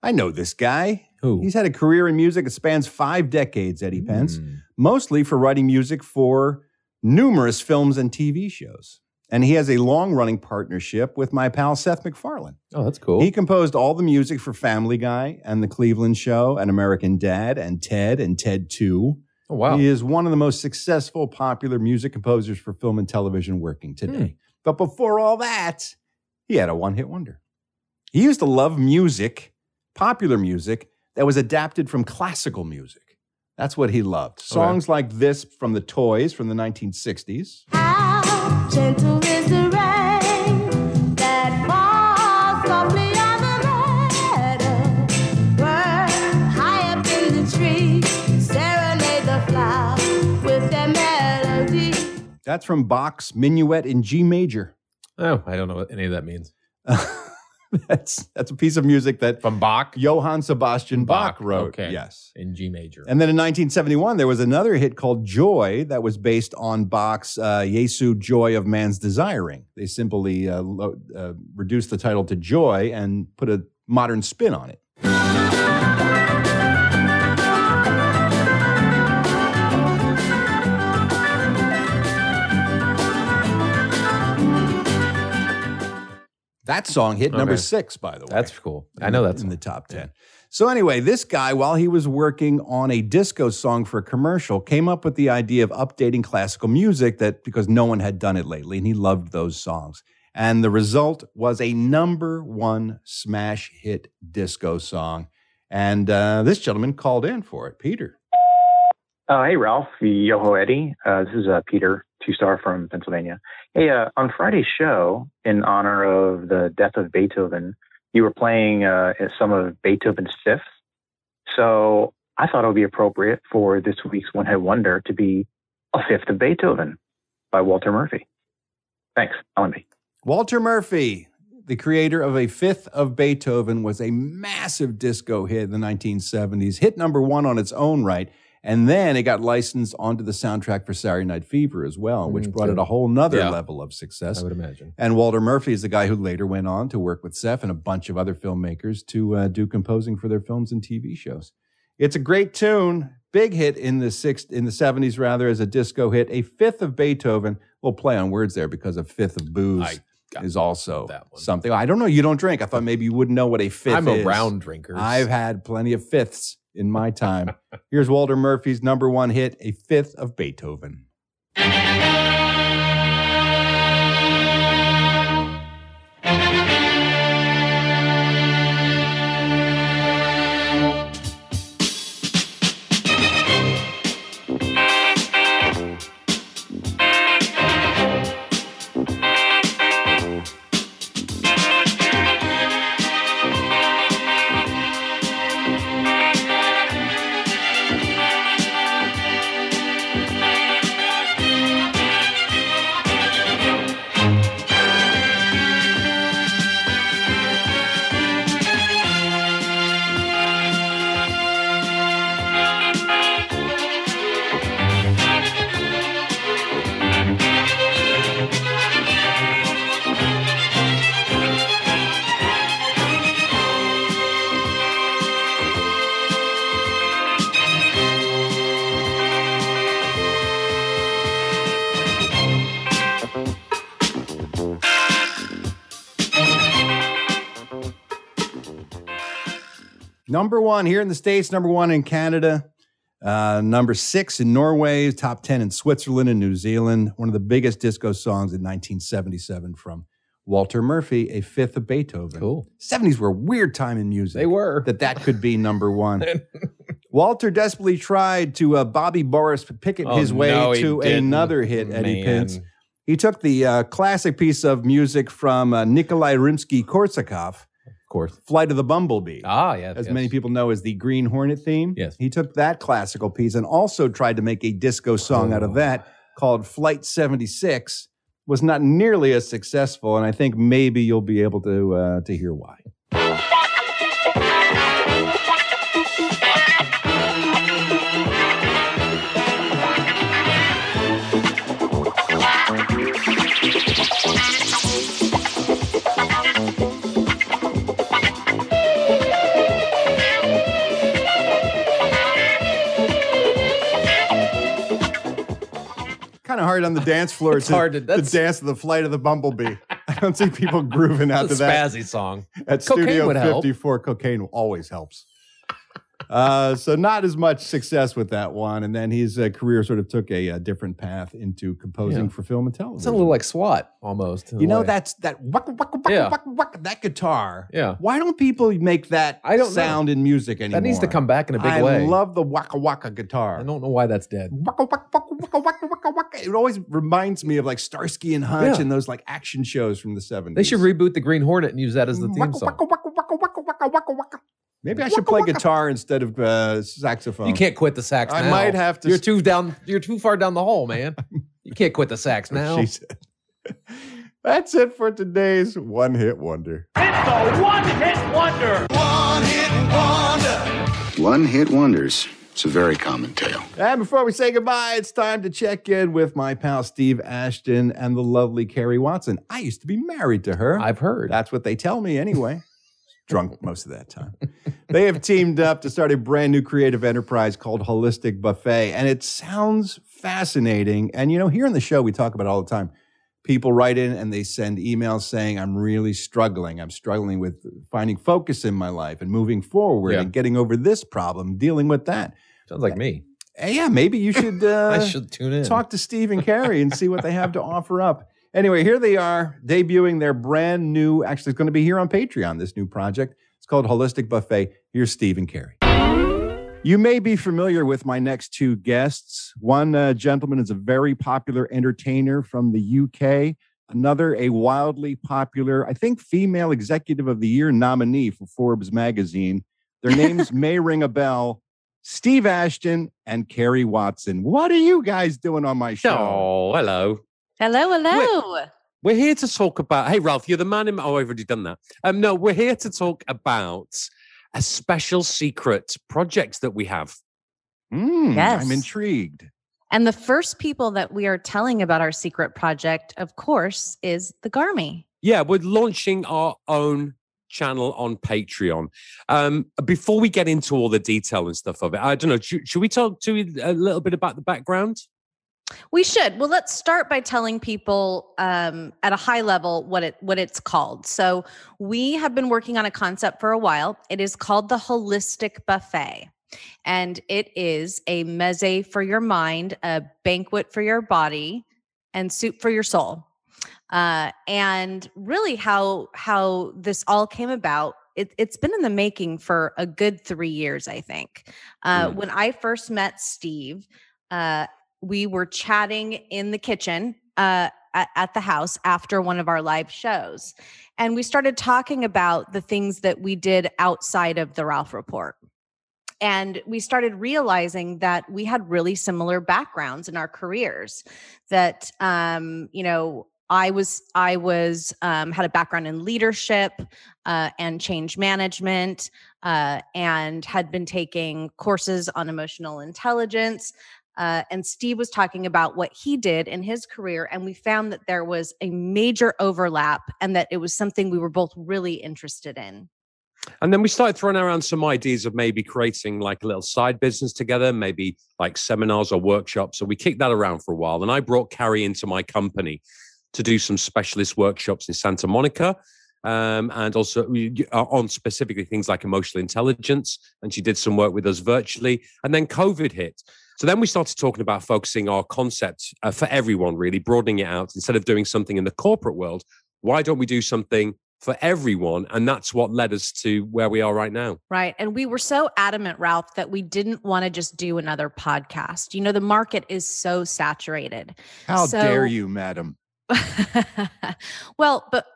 Speaker 2: I know this guy. Who? He's had a career in music that spans five decades, Eddie
Speaker 3: Mm. Hmm.
Speaker 2: Pence, mostly for writing music for numerous films and TV shows. And he has a long running partnership with my pal Seth MacFarlane.
Speaker 3: Oh, that's cool.
Speaker 2: He composed all the music for Family Guy and The Cleveland Show and American Dad and Ted and Ted 2.
Speaker 3: Oh, wow.
Speaker 2: He is one of the most successful popular music composers for film and television working today.
Speaker 3: Hmm.
Speaker 2: But before all that, he had a one hit wonder. He used to love music, popular music, that was adapted from classical music. That's what he loved. Songs like this from the Toys from the 1960s.
Speaker 5: Gentle is the rain that falls softly on the meadow. Bird high up in the tree, serenade the flower with their melody.
Speaker 2: That's from Bach's Minuet in G major.
Speaker 3: Oh, I don't know what any of that means.
Speaker 2: that's that's a piece of music that
Speaker 3: from Bach,
Speaker 2: Johann Sebastian Bach, wrote.
Speaker 3: Okay.
Speaker 2: Yes.
Speaker 3: In G major.
Speaker 2: And then in 1971, there was another hit called Joy that was based on Bach's uh, Jesu Joy of Man's Desiring. They simply uh, lo- uh, reduced the title to Joy and put a modern spin on it. That song hit number
Speaker 3: Okay.
Speaker 2: six, by the way.
Speaker 3: That's cool. I know that's
Speaker 2: in the top 10. So, anyway, this guy, while he was working on a disco song for a commercial, came up with the idea of updating classical music that because no one had done it lately, and he loved those songs. And the result was a number one smash hit disco song. And uh, this gentleman called in for it, Peter.
Speaker 10: Uh, hey, Ralph, Yoho Eddie. Uh, this is uh, Peter, two star from Pennsylvania. Hey, uh, on Friday's show, in honor of the death of Beethoven, you were playing uh, some of Beethoven's fifths. So I thought it would be appropriate for this week's One Head Wonder to be A Fifth of Beethoven by Walter Murphy. Thanks, Ellen B.
Speaker 2: Walter Murphy, the creator of A Fifth of Beethoven, was a massive disco hit in the 1970s, hit number one on its own right. And then it got licensed onto the soundtrack for Saturday Night Fever as well, which
Speaker 3: Mm,
Speaker 2: brought
Speaker 3: so-
Speaker 2: it a whole nother
Speaker 3: Yeah.
Speaker 2: level of success.
Speaker 3: I would imagine.
Speaker 2: And Walter Murphy is the guy who later went on to work with Seth and a bunch of other filmmakers to uh, do composing for their films and TV shows. It's a great tune, big hit in the six, in the seventies rather as a disco hit. A fifth of Beethoven. We'll play on words there because a fifth of booze is also something. I don't know. You don't drink. I thought maybe you wouldn't know what a fifth.
Speaker 3: I'm a
Speaker 2: is.
Speaker 3: round drinker.
Speaker 2: I've had plenty of fifths in my time. Here's Walter Murphy's number one hit, a fifth of Beethoven. Number one here in the States, number one in Canada, uh, number six in Norway, top 10 in Switzerland and New Zealand. One of the biggest disco songs in 1977 from Walter Murphy, a fifth of Beethoven. Cool. 70s were a weird time in music. They were. That that could be number one. Walter desperately tried to uh, Bobby Boris picket
Speaker 3: Oh,
Speaker 2: his way
Speaker 3: no, he
Speaker 2: to
Speaker 3: didn't,
Speaker 2: another hit, Eddie
Speaker 3: man.
Speaker 2: Pence. He took the uh, classic piece of music from uh, Nikolai Rimsky Korsakov, of
Speaker 3: course,
Speaker 2: Flight of the Bumblebee.
Speaker 3: Ah, yeah.
Speaker 2: As
Speaker 3: yes.
Speaker 2: many people know as the Green Hornet theme. Yes. He took that classical piece and also tried to make a disco song
Speaker 3: Oh.
Speaker 2: out of that called Flight 76. Was not nearly as successful, and I think maybe you'll be able to uh, to hear why. kind of hard on the dance floor.
Speaker 3: It's
Speaker 2: to,
Speaker 3: hard to-
Speaker 2: to
Speaker 3: that's-
Speaker 2: dance to the flight of the bumblebee. I don't see people grooving out to
Speaker 3: the
Speaker 2: that.
Speaker 3: spazzy song.
Speaker 2: At
Speaker 3: Cocaine
Speaker 2: Studio
Speaker 3: would help.
Speaker 2: 54, cocaine always helps. Uh, so not as much success with that one, and then his uh, career sort of took a, uh different path into composing
Speaker 3: Yeah.
Speaker 2: for film and television.
Speaker 3: It's a little like SWAT almost.
Speaker 2: You know that's that waka waka waka
Speaker 3: Yeah.
Speaker 2: waka waka that guitar.
Speaker 3: Yeah.
Speaker 2: Why don't people make that
Speaker 3: I don't know.
Speaker 2: sound in music anymore?
Speaker 3: That needs to come back in a big
Speaker 2: I
Speaker 3: way.
Speaker 2: love the waka waka guitar. I
Speaker 3: don't know why that's dead.
Speaker 2: Waka waka waka waka waka waka waka. It always reminds me of like Starsky and Hutch
Speaker 3: Yeah.
Speaker 2: and those like action shows from the seventies.
Speaker 3: They should reboot the Green Hornet and use that as the theme song.
Speaker 2: Maybe I should play guitar instead of uh, saxophone.
Speaker 3: You can't quit the sax.
Speaker 2: I
Speaker 3: now.
Speaker 2: might have to-
Speaker 3: You're too down. You're too far down the hall, man. You can't quit the sax now.
Speaker 2: She said. That's it for today's one hit wonder.
Speaker 23: The one hit wonder. One hit wonder.
Speaker 24: One hit wonders. It's a very common tale.
Speaker 2: And before we say goodbye, it's time to check in with my pal Steve Ashton and the lovely Carrie Watson. I used to be married to her.
Speaker 3: I've heard.
Speaker 2: That's what they tell me anyway. Drunk most of that time. they have teamed up to start a brand new creative enterprise called Holistic Buffet. And it sounds fascinating. And you know, here on the show, we talk about it all the time. People write in and they send emails saying, I'm really struggling. I'm struggling with finding focus in my life and moving forward
Speaker 3: Yeah.
Speaker 2: and getting over this problem, dealing with that.
Speaker 3: Sounds like me.
Speaker 2: Uh, yeah, maybe you should. Uh,
Speaker 3: I should tune in.
Speaker 2: Talk to Steve and Carrie and see what they have to offer up. Anyway, here they are debuting their brand new. Actually, it's going to be here on Patreon. This new project. It's called Holistic Buffet. Here's Steve and Carrie. You may be familiar with my next two guests. One uh, gentleman is a very popular entertainer from the UK. Another, a wildly popular, I think, female executive of the year nominee for Forbes magazine. Their names may ring a bell. Steve Ashton and Carrie Watson. What are you guys doing on my show?
Speaker 11: Oh, hello.
Speaker 5: Hello, hello.
Speaker 11: We're here to talk about. Hey, Ralph, you're the man in. Oh, I've already done that. Um, no, we're here to talk about a special secret project that we have.
Speaker 5: Yes. I'm
Speaker 2: Hmm, intrigued.
Speaker 5: And the first people that we are telling about our secret project, of course, is the Garmy.
Speaker 11: Yeah, we're launching our own channel on Patreon. Um, before we get into all the detail and stuff of it, I don't know. Should, should we talk to you a little bit about the background?
Speaker 5: We should. Well, let's start by telling people um, at a high level what it what it's called. So we have been working on a concept for a while. It is called the holistic buffet. And it is a meze for your mind, a banquet for your body, and soup for your soul. Uh, and really how how this all came about. It, it's been in the making for a good three years, I think. Uh,
Speaker 25: Mm.
Speaker 5: When I first met Steve, uh, we were chatting in the kitchen uh, at, at the house after one of our live shows. And we started talking about the things that we did outside of the Ralph Report. And we started realizing that we had really similar backgrounds in our careers. That um, you know, I was I was um, had a background in leadership uh, and change management, uh, and had been taking courses on emotional intelligence. Uh, and Steve was talking about what he did in his career, and we found that there was a major overlap, and that it was something we were both really interested in.
Speaker 11: And then we started throwing around some ideas of maybe creating like a little side business together, maybe like seminars or workshops. So we kicked that around for a while. And I brought Carrie into my company to do some specialist workshops in Santa Monica. Um, and also we- you- uh, on specifically things like emotional intelligence. And she did some work with us virtually. And then COVID hit. So then we started talking about focusing our concept uh, for everyone, really broadening it out. Instead of doing something in the corporate world, why don't we do something for everyone? And that's what led us to where we are right now.
Speaker 5: Right. And we were so adamant, Ralph, that we didn't want to just do another podcast. You know, the market is so saturated.
Speaker 2: How
Speaker 5: So-
Speaker 2: dare you, madam?
Speaker 5: Well, but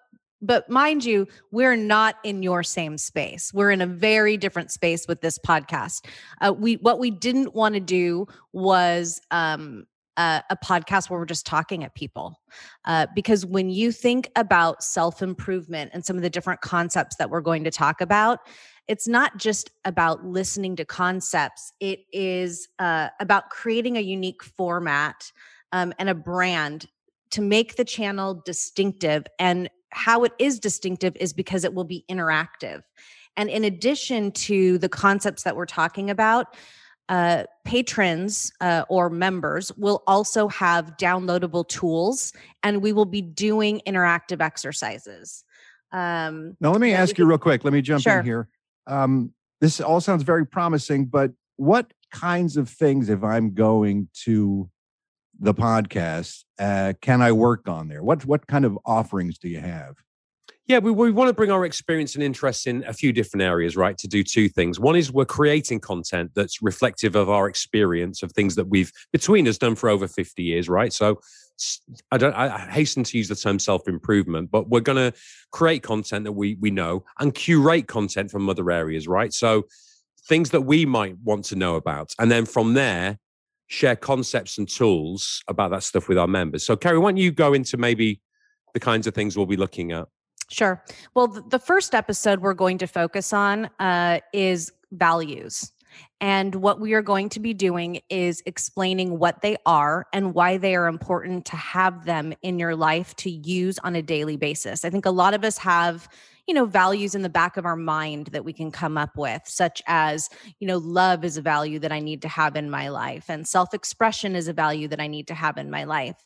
Speaker 5: but mind you, we're not in your same space. We're in a very different space with this podcast. Uh, we what we didn't want to do was um, uh, a podcast where we're just talking at people, uh, because when you think about self improvement and some of the different concepts that we're going to talk about, it's not just about listening to concepts. It is uh, about creating a unique format um, and a brand to make the channel distinctive. And how it is distinctive is because it will be interactive. And in addition to the concepts that we're talking about, uh, patrons uh, or members will also have downloadable tools, and we will be doing interactive exercises. Um,
Speaker 2: Now, let me
Speaker 5: yeah, we
Speaker 2: ask you
Speaker 5: can-
Speaker 2: real quick. Let me jump
Speaker 5: Sure.
Speaker 2: in here. Um, this all sounds very promising, but what kinds of things, if I'm going to the podcast, uh, can I work on there? What what kind of offerings do you have?
Speaker 11: Yeah, we, we want to bring our experience and interest in a few different areas, right? To do two things. One is we're creating content that's reflective of our experience of things that we've between us done for over 50 years, right? So s- I don't I I hasten to use the term self-improvement, but we're gonna create content that we we know and curate content from other areas, right? So things that we might want to know about. And then from there, share concepts and tools about that stuff with our members. So Carrie, why don't you go into maybe the kinds of things we'll be looking at?
Speaker 5: Sure. Well, th- the first episode we're going to focus on uh, is values. And what we are going to be doing is explaining what they are and why they are important to have them in your life to use on a daily basis. I think a lot of us have, you know, values in the back of our mind that we can come up with, such as, you know, love is a value that I need to have in my life, and self expression is a value that I need to have in my life.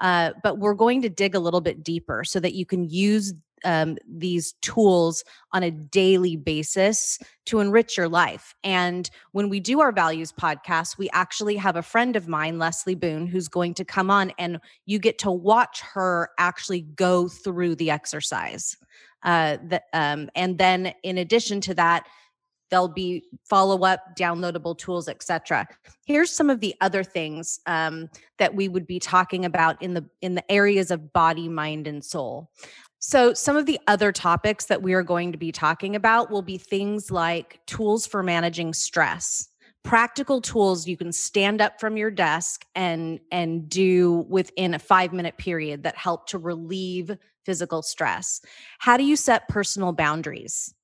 Speaker 5: Uh, but we're going to dig a little bit deeper so that you can use um, these tools on a daily basis to enrich your life. And when we do our values podcast, we actually have a friend of mine, Leslie Boone, who's going to come on and you get to watch her actually go through the exercise. Uh, that, um, and then in addition to that, there'll be follow-up downloadable tools etc here's some of the other things um, that we would be talking about in the in the areas of body mind and soul so some of the other topics that we are going to be talking about will be things like tools for managing stress practical tools you can stand up from your desk and and do within a 5 minute period that help to relieve physical stress how do you set personal boundaries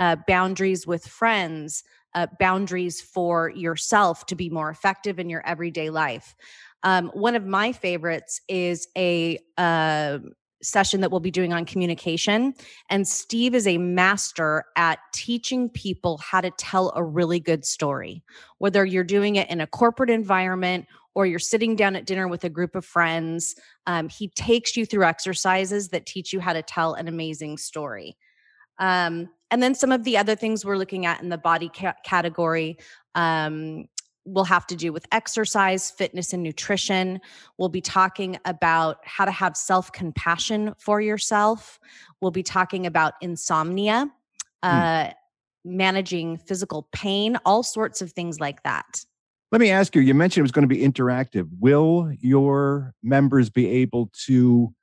Speaker 5: uh, boundaries with friends, uh, boundaries for yourself to be more effective in your everyday life. Um, one of my favorites is a uh, session that we'll be doing on communication. And Steve is a master at teaching people how to tell a really good story, whether you're doing it in a corporate environment or you're sitting down at dinner with a group of friends. Um, he takes you through exercises that teach you how to tell an amazing story. Um, and then some of the other things we're looking at in the body ca- category um, will have to do with exercise, fitness, and nutrition. We'll be talking about how to have self compassion for yourself. We'll be talking about insomnia, uh, managing physical pain, all sorts of things like that.
Speaker 2: Let me ask you. You mentioned it was going to be interactive. Will your members be able to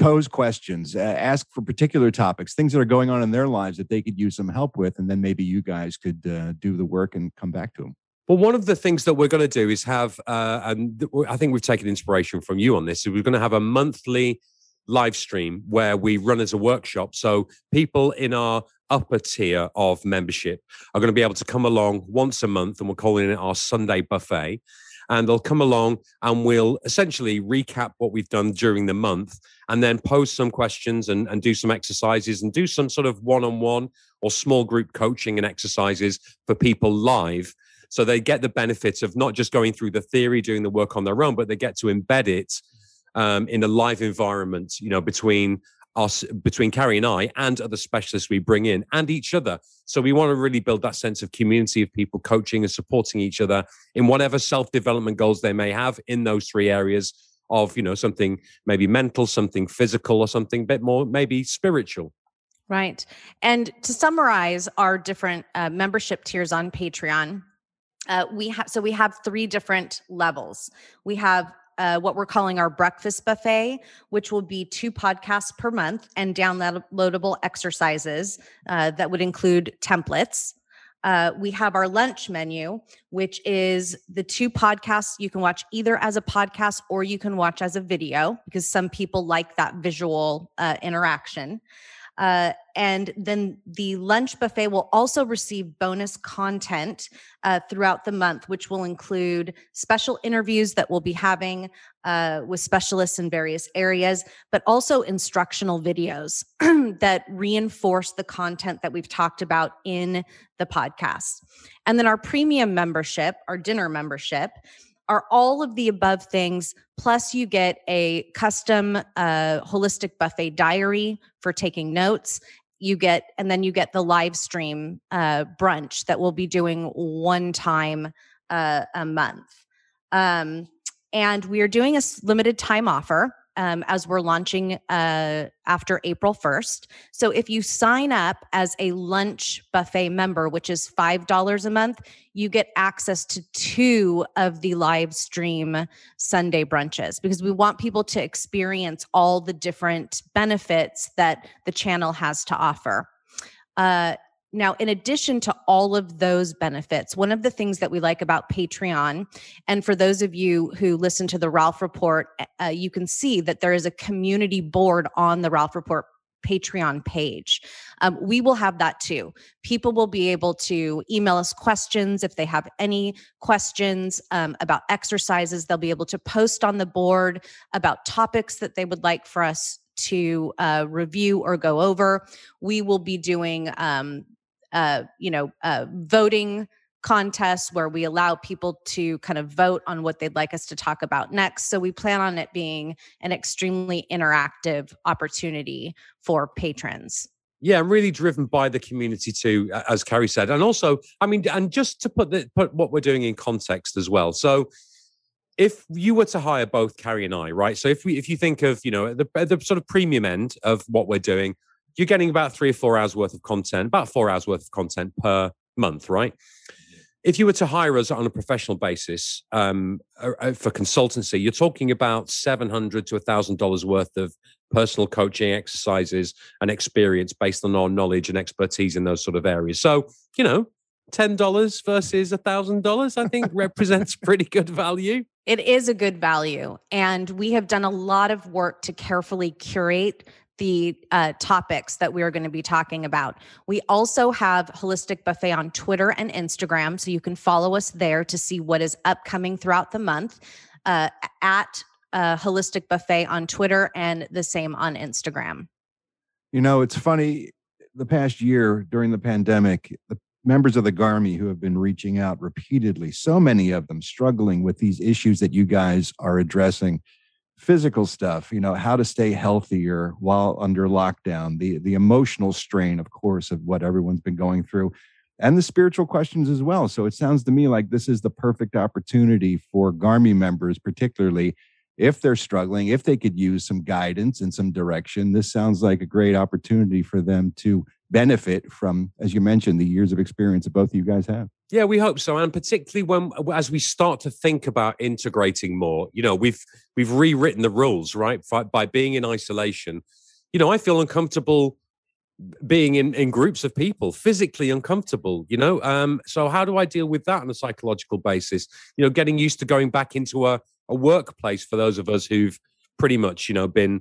Speaker 2: pose questions, uh, ask for particular topics, things that are going on in their lives that they could use some help with, and then maybe you guys could uh, do the work and come back to them?
Speaker 11: Well, one of the things that we're going to do is have, uh, and th- I think we've taken inspiration from you on this. Is we're going to have a monthly live stream where we run as a workshop. So people in our upper tier of membership are going to be able to come along once a month, and we're calling it our Sunday buffet. And they'll come along and we'll essentially recap what we've done during the month and then pose some questions and, and do some exercises and do some sort of one on one or small group coaching and exercises for people live so they get the benefits of not just going through the theory, doing the work on their own, but they get to embed it um, in a live environment, you know, between us, between Carrie and I, and other specialists we bring in and each other. So we want to really build that sense of community of people coaching and supporting each other in whatever self development goals they may have in those three areas of, you know, something maybe mental, something physical, or something a bit more maybe spiritual.
Speaker 5: Right. And to summarize our different uh, membership tiers on Patreon, uh, we have so we have three different levels. We have uh, what we're calling our breakfast buffet, which will be two podcasts per month and downloadable exercises uh, that would include templates. Uh, we have our lunch menu, which is the two podcasts you can watch either as a podcast or you can watch as a video because some people like that visual uh, interaction. Uh, and then the lunch buffet will also receive bonus content uh, throughout the month, which will include special interviews that we'll be having uh, with specialists in various areas, but also instructional videos that reinforce the content that we've talked about in the podcast. And then our premium membership, our dinner membership, are all of the above things. Plus, you get a custom uh, holistic buffet diary for taking notes. You get, and then you get the live stream uh, brunch that we'll be doing one time uh, a month. Um, and we are doing a s- limited time offer um, as we're launching uh, after April 1st. So if you sign up as a lunch buffet member, which is $5 a month, you get access to two of the live stream Sunday brunches because we want people to experience all the different benefits that the channel has to offer. Uh, now, in addition to all of those benefits, one of the things that we like about Patreon, and for those of you who listen to the Ralph Report, uh, you can see that there is a community board on the Ralph Report Patreon page. Um, we will have that too. People will be able to email us questions if they have any questions um, about exercises. They'll be able to post on the board about topics that they would like for us to uh, review or go over. We will be doing, um, uh, you know, uh, voting contests where we allow people to kind of vote on what they'd like us to talk about next. So we plan on it being an extremely interactive opportunity for patrons.
Speaker 11: yeah, I'm really driven by the community too, a- as Carrie said, and also, I mean, and just to put the, put what we're doing in context as well. So, if you were to hire both Carrie and I, right? So if we if you think of you know at the at the sort of premium end of what we're doing, you're getting about three or four hours worth of content, about four hours worth of content per month, right? If you were to hire us on a professional basis um, uh, uh, for consultancy, you're talking about seven hundred to thousand dollars worth of personal coaching exercises and experience based on our knowledge and expertise in those sort of areas. So you know, ten dollars versus thousand dollars, I think represents pretty good value.
Speaker 5: It is a good value. And we have done a lot of work to carefully curate the uh, topics that we are going to be talking about. We also have Holistic Buffet on Twitter and Instagram. So you can follow us there to see what is upcoming throughout the month uh, at uh, Holistic Buffet on Twitter and the same on Instagram.
Speaker 2: You know, it's funny. The past year during the pandemic, the members of the Garmy who have been reaching out repeatedly, so many of them struggling with these issues that you guys are addressing physical stuff you know how to stay healthier while under lockdown the the emotional strain of course of what everyone's been going through and the spiritual questions as well so it sounds to me like this is the perfect opportunity for garmy members particularly if they're struggling if they could use some guidance and some direction this sounds like a great opportunity for them to benefit from as you mentioned the years of experience that both of you guys have
Speaker 11: Yeah, we hope so, and particularly when as we start to think about integrating more, you know, we've we've rewritten the rules, right? By, by being in isolation, you know, I feel uncomfortable being in in groups of people, physically uncomfortable, you know. Um, so how do I deal with that on a psychological basis? You know, getting used to going back into a a workplace for those of us who've pretty much, you know, been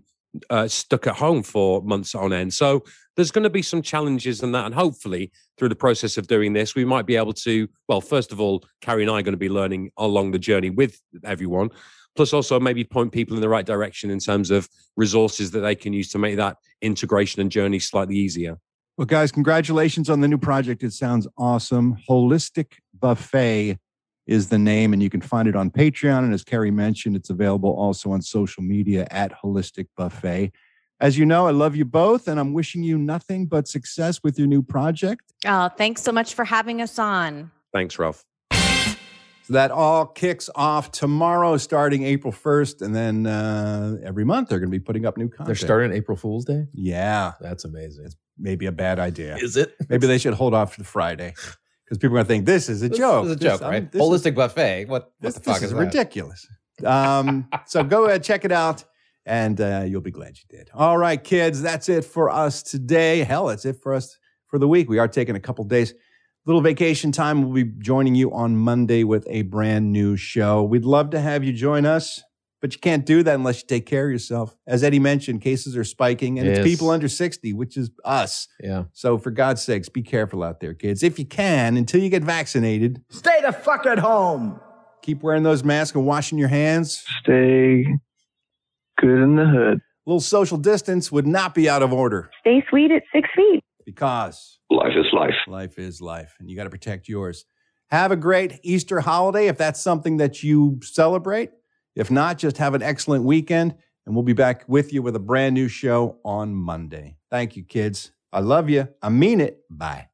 Speaker 11: uh, stuck at home for months on end. So there's going to be some challenges in that. And hopefully, through the process of doing this, we might be able to, well, first of all, Carrie and I are going to be learning along the journey with everyone, plus also maybe point people in the right direction in terms of resources that they can use to make that integration and journey slightly easier.
Speaker 2: Well, guys, congratulations on the new project. It sounds awesome. Holistic Buffet is the name, and you can find it on Patreon. And as Kerry mentioned, it's available also on social media at Holistic Buffet. As you know, I love you both, and I'm wishing you nothing but success with your new project.
Speaker 5: Oh, thanks so much for having us on.
Speaker 11: Thanks, Ralph.
Speaker 2: So that all kicks off tomorrow, starting April 1st. And then uh, every month they're going to be putting up new content.
Speaker 3: They're starting April Fool's Day?
Speaker 2: Yeah.
Speaker 3: That's amazing. It's
Speaker 2: maybe a bad idea.
Speaker 3: Is it?
Speaker 2: Maybe they should hold off to Friday because people are going to think this is a
Speaker 3: This
Speaker 2: joke.
Speaker 3: is a
Speaker 2: This-
Speaker 3: joke,
Speaker 2: I'm-
Speaker 3: right?
Speaker 2: this is-
Speaker 3: Holistic buffet. What, what
Speaker 2: this,
Speaker 3: the fuck
Speaker 2: this
Speaker 3: is,
Speaker 2: is,
Speaker 3: that?
Speaker 2: ridiculous. Um, so go ahead, check it out, and uh, you'll be glad you did. All right, kids, that's it for us today. Hell, that's it for us for the week. We are taking a couple days, little vacation time. We'll be joining you on Monday with a brand new show. We'd love to have you join us. But you can't do that unless you take care of yourself. As Eddie mentioned, cases are spiking, and
Speaker 3: Yes.
Speaker 2: it's people under 60, which is us.
Speaker 3: Yeah.
Speaker 2: So for God's sakes, be careful out there, kids. If you can, until you get vaccinated,
Speaker 6: Stay the fuck at home.
Speaker 2: keep wearing those masks and washing your hands.
Speaker 6: Stay good in the hood.
Speaker 2: A little social distance would not be out of order
Speaker 26: Stay sweet at six feet.
Speaker 2: because
Speaker 8: Life is life.
Speaker 2: life is life, and you got to protect yours. Have a great Easter holiday if that's something that you celebrate. If not, just have an excellent weekend, and we'll be back with you with a brand new show on Monday. Thank you, kids. I love you. I mean it. Bye.